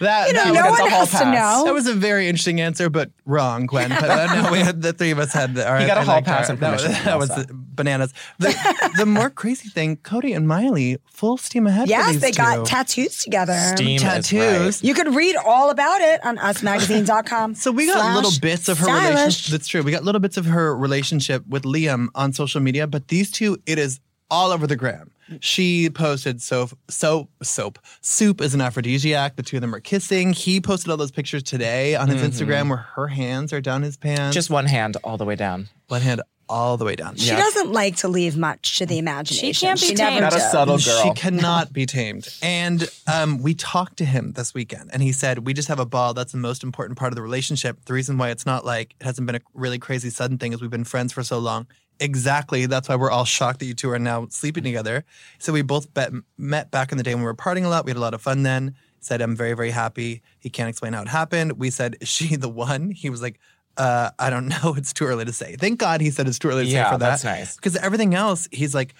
[SPEAKER 1] That,
[SPEAKER 3] You know,
[SPEAKER 1] that
[SPEAKER 3] no
[SPEAKER 1] was,
[SPEAKER 3] one
[SPEAKER 4] hall
[SPEAKER 3] has to
[SPEAKER 4] pass.
[SPEAKER 3] know.
[SPEAKER 1] that was a very interesting answer, but wrong, Gwen. But uh, no, we had, the three of us had the. All right,
[SPEAKER 4] got a
[SPEAKER 1] I
[SPEAKER 4] hall
[SPEAKER 1] liked
[SPEAKER 4] pass
[SPEAKER 1] our-
[SPEAKER 4] and
[SPEAKER 1] That was,
[SPEAKER 4] permission
[SPEAKER 1] that
[SPEAKER 4] from
[SPEAKER 1] was
[SPEAKER 4] Elsa.
[SPEAKER 1] bananas. The, the more crazy thing, Cody and Miley, full steam ahead. for
[SPEAKER 3] yes,
[SPEAKER 1] these
[SPEAKER 3] they got
[SPEAKER 1] two.
[SPEAKER 3] tattoos together.
[SPEAKER 4] Steam is
[SPEAKER 1] tattoos.
[SPEAKER 4] right.
[SPEAKER 3] You could read all about it on usmagazine.com.
[SPEAKER 1] So we got
[SPEAKER 3] slash
[SPEAKER 1] little bits of her
[SPEAKER 3] stylish.
[SPEAKER 1] relationship. That's true. We got little bits of her relationship with Liam on social media, but these two, it is all over the gram. She posted soap, soap, soap, soup is an aphrodisiac. The two of them are kissing. He posted all those pictures today on his Instagram where her hands are down his pants,
[SPEAKER 4] Just one hand all the way down.
[SPEAKER 1] one hand all the way down.
[SPEAKER 3] She doesn't like to leave much to the imagination.
[SPEAKER 2] can't be
[SPEAKER 3] never
[SPEAKER 2] tamed. Not a
[SPEAKER 3] does.
[SPEAKER 4] subtle girl.
[SPEAKER 1] She cannot be tamed. And um, we talked to him this weekend, and he said, We just have a ball. That's the most important part of the relationship. The reason why it's not like it hasn't been a really crazy sudden thing is we've been friends for so long. Exactly. That's why we're all shocked that you two are now sleeping together. So we both bet, met back in the day when we were partying a lot. We had a lot of fun then. Said, I'm very, very happy. He can't explain how it happened. We said, Is she the one? He was like, uh, I don't know. It's too early to say. Thank God he said it's too early to say
[SPEAKER 4] Yeah,
[SPEAKER 1] for that.
[SPEAKER 4] that's nice.
[SPEAKER 1] Because everything else, he's like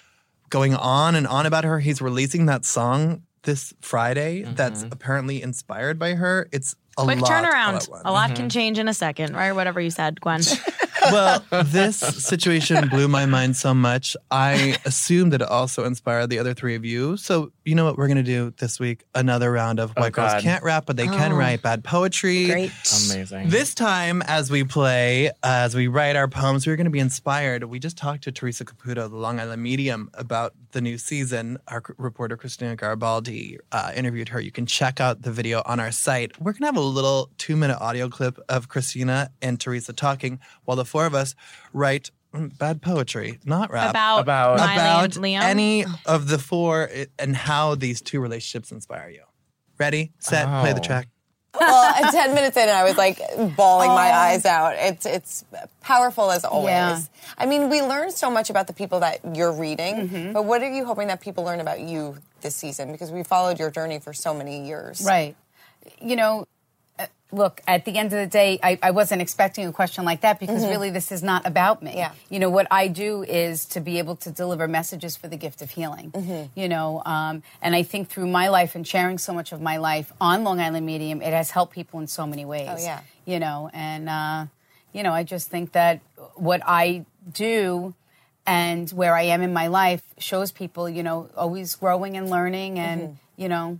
[SPEAKER 1] going on and on about her. He's releasing that song this Friday that's apparently inspired by her. It's a
[SPEAKER 2] Quick
[SPEAKER 1] lot all
[SPEAKER 2] turnaround.
[SPEAKER 1] at once.
[SPEAKER 2] A lot
[SPEAKER 4] Mm-hmm.
[SPEAKER 2] can change in a second, right? Whatever you said, Gwen.
[SPEAKER 1] well, this situation blew my mind so much. I assume that it also inspired the other three of you. So you know what we're gonna do this week? Another round of White Girls
[SPEAKER 4] God.
[SPEAKER 1] Can't Rap, but they can
[SPEAKER 3] Oh.
[SPEAKER 1] write bad poetry.
[SPEAKER 3] Great.
[SPEAKER 4] Amazing.
[SPEAKER 1] This time, as we play, as we write our poems, we're going to be inspired. We just talked to Teresa Caputo, the Long Island Medium, about the new season. Our c- reporter, Christina Garibaldi, uh, interviewed her. You can check out the video on our site. We're going to have a little two minute audio clip of Christina and Teresa talking while the four of us write mm, bad poetry, not rap.
[SPEAKER 2] About,
[SPEAKER 4] About-
[SPEAKER 2] Miley
[SPEAKER 1] about
[SPEAKER 2] and Liam.
[SPEAKER 1] any of the four i- and how these two relationships inspire you. Ready, set, play the
[SPEAKER 4] Oh.
[SPEAKER 1] track.
[SPEAKER 5] well, at 10 minutes in, I was like bawling my eyes out. It's it's powerful as always.
[SPEAKER 6] Oh. Yeah.
[SPEAKER 5] I mean, we learn so much about the people that you're reading,
[SPEAKER 6] Mm-hmm.
[SPEAKER 5] but what are you hoping that people learn about you this season? Because we followed your journey for so many years.
[SPEAKER 6] Right. You know, uh, look, at the end of the day, I, I wasn't expecting a question like that because really this is not about me.
[SPEAKER 5] Mm-hmm. Yeah.
[SPEAKER 6] You know, what I do is to be able to deliver messages for the gift of healing.
[SPEAKER 5] Mm-hmm.
[SPEAKER 6] You know, um, and I think through my life and sharing so much of my life on Long Island Medium, it has helped people in so many ways.
[SPEAKER 5] Oh, yeah.
[SPEAKER 6] You know, and, uh, you know, I just think that what I do and where I am in my life shows people, you know, always growing and learning and,
[SPEAKER 5] Mm-hmm.
[SPEAKER 6] you know,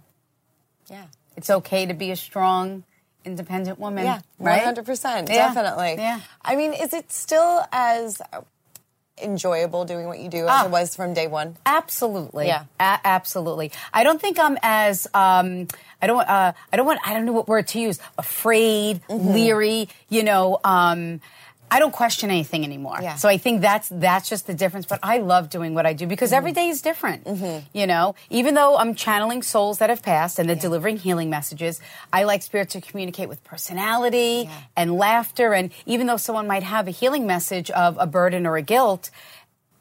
[SPEAKER 5] Yeah.
[SPEAKER 6] it's okay to be a strong, independent woman.
[SPEAKER 5] Yeah, one
[SPEAKER 6] right?
[SPEAKER 5] hundred percent,
[SPEAKER 6] Yeah.
[SPEAKER 5] definitely.
[SPEAKER 6] Yeah.
[SPEAKER 5] I mean, is it still as enjoyable doing what you do as
[SPEAKER 6] Ah.
[SPEAKER 5] it was from day one?
[SPEAKER 6] Absolutely.
[SPEAKER 5] Yeah.
[SPEAKER 6] A- absolutely. I don't think I'm as um, I don't uh, I don't want I don't know what word to use. Afraid,
[SPEAKER 5] Mm-hmm.
[SPEAKER 6] leery. You know. Um, I don't question anything anymore.
[SPEAKER 5] Yeah.
[SPEAKER 6] So I think that's that's just the difference. But I love doing what I do
[SPEAKER 5] Mm-hmm.
[SPEAKER 6] because every day is different. You know, even though I'm channeling souls that have passed and they're delivering healing messages, I like spirits to communicate with personality and laughter. And even though someone might have a healing message of a burden or a guilt,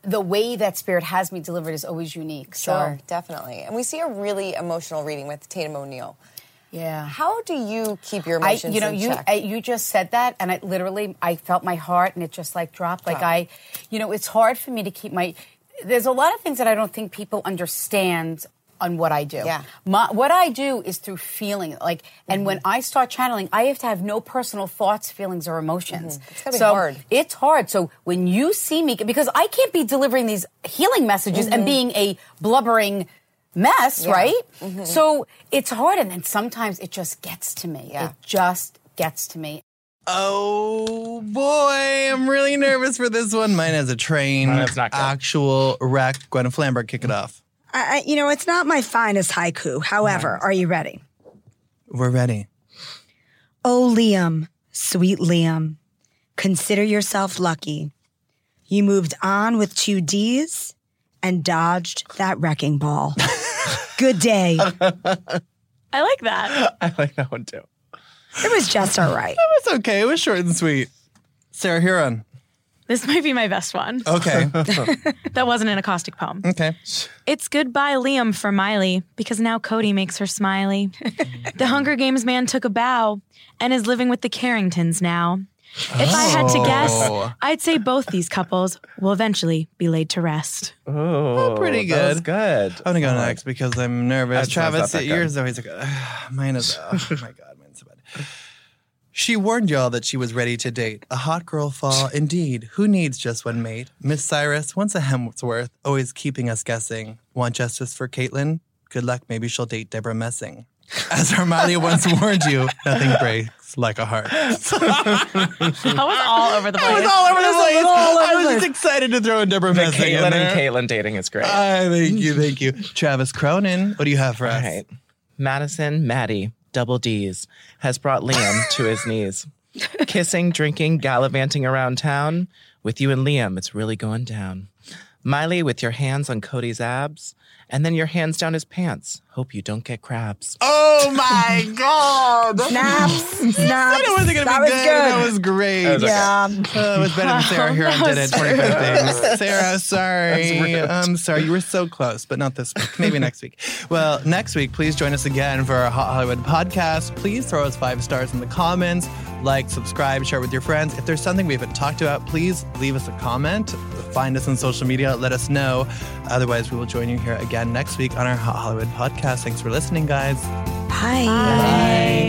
[SPEAKER 6] the way that spirit has me delivered is always unique. So,
[SPEAKER 5] Sure, Oh, definitely. And we see a really emotional reading with Tatum O'Neill.
[SPEAKER 6] yeah.
[SPEAKER 5] How do you keep your
[SPEAKER 6] I,
[SPEAKER 5] emotions
[SPEAKER 6] you know,
[SPEAKER 5] in
[SPEAKER 6] you
[SPEAKER 5] check?
[SPEAKER 6] I, you just said that, and I literally, I felt my heart, and it just like dropped. Like I, you know, it's hard for me to keep my. There's a lot of things that I don't think people understand on what I do.
[SPEAKER 5] Yeah.
[SPEAKER 6] My, what I do is through feeling, like, and when
[SPEAKER 5] Mm-hmm.
[SPEAKER 6] I start channeling, I have to have no personal thoughts, feelings, or emotions. It's
[SPEAKER 5] Mm-hmm. gotta be
[SPEAKER 6] so
[SPEAKER 5] hard.
[SPEAKER 6] It's hard. So when you see me, because I can't be delivering these healing messages and being a blubbering mess, right? So it's hard. And then sometimes it just gets to me.
[SPEAKER 5] Yeah.
[SPEAKER 6] It just gets to me.
[SPEAKER 1] Oh boy, I'm really nervous for this one. Mine has a train.
[SPEAKER 4] Mine is not good.
[SPEAKER 1] Actual wreck. Gwen Flamberg, kick it off.
[SPEAKER 3] I, I- you know, it's not my finest haiku. However, are you ready?
[SPEAKER 1] We're ready.
[SPEAKER 3] Oh, Liam, sweet Liam, consider yourself lucky. You moved on with two D's and dodged that wrecking ball. Good day.
[SPEAKER 2] I like that.
[SPEAKER 4] I like that one too.
[SPEAKER 3] It was just all right.
[SPEAKER 1] That's okay. It was short and sweet. Sarah Huron.
[SPEAKER 2] This might be my best one.
[SPEAKER 1] Okay.
[SPEAKER 2] That wasn't an acoustic poem.
[SPEAKER 1] okay.
[SPEAKER 2] It's goodbye, Liam, for Miley, because now Cody makes her smiley. the Hunger Games man took a bow and is living with the Carringtons now. If I had to
[SPEAKER 1] Oh.
[SPEAKER 2] guess, I'd say both these couples will eventually be laid to rest.
[SPEAKER 4] Oh,
[SPEAKER 1] pretty
[SPEAKER 4] That was
[SPEAKER 1] good.
[SPEAKER 4] good.
[SPEAKER 1] I'm gonna go next because I'm nervous.
[SPEAKER 4] That's- that's
[SPEAKER 1] Travis,
[SPEAKER 4] not that good.
[SPEAKER 1] yours is always like "Ugh, mine is. Oh my god, mine's so bad. She warned y'all that she was ready to date. A hot girl fall, indeed. Who needs just one mate? Miss Cyrus, once a Hemsworth, always keeping us guessing. Want justice for Caitlin? Good luck. Maybe she'll date Deborah Messing. As Armalia once warned you, nothing breaks like a heart.
[SPEAKER 2] I was all over the place.
[SPEAKER 1] over the place. I was just excited to throw in Deborah
[SPEAKER 4] The
[SPEAKER 1] Messing in
[SPEAKER 4] Caitlyn
[SPEAKER 1] there.
[SPEAKER 4] and Caitlyn dating is great.
[SPEAKER 1] Ah, thank you, thank you. Travis Cronin, what do you have for
[SPEAKER 4] All
[SPEAKER 1] us?
[SPEAKER 4] right. Madison Maddie, double D's, has brought Liam to his knees. Kissing, drinking, gallivanting around town. With you and Liam, it's really going down. Miley with your hands on Cody's abs, and then your hands down his pants. Hope you don't get crabs.
[SPEAKER 1] Oh my God.
[SPEAKER 3] Snaps, snaps.
[SPEAKER 1] It wasn't going to be
[SPEAKER 3] that
[SPEAKER 1] good.
[SPEAKER 3] was
[SPEAKER 1] That was great.
[SPEAKER 4] was okay.
[SPEAKER 3] yeah.
[SPEAKER 1] Uh, it was better than Sarah here on Did It 25 Things. Sarah, sorry. I'm sorry. You were so close, but not this week. Maybe next week. Well, next week, please join us again for our Hot Hollywood podcast. Please throw us five stars in the comments. Like, subscribe, share with your friends. If there's something we haven't talked about, please leave us a comment. Find us on social media. Let us know. Otherwise, we will join you here again next week on our Hot Hollywood podcast. Thanks for listening, guys.
[SPEAKER 3] Hi.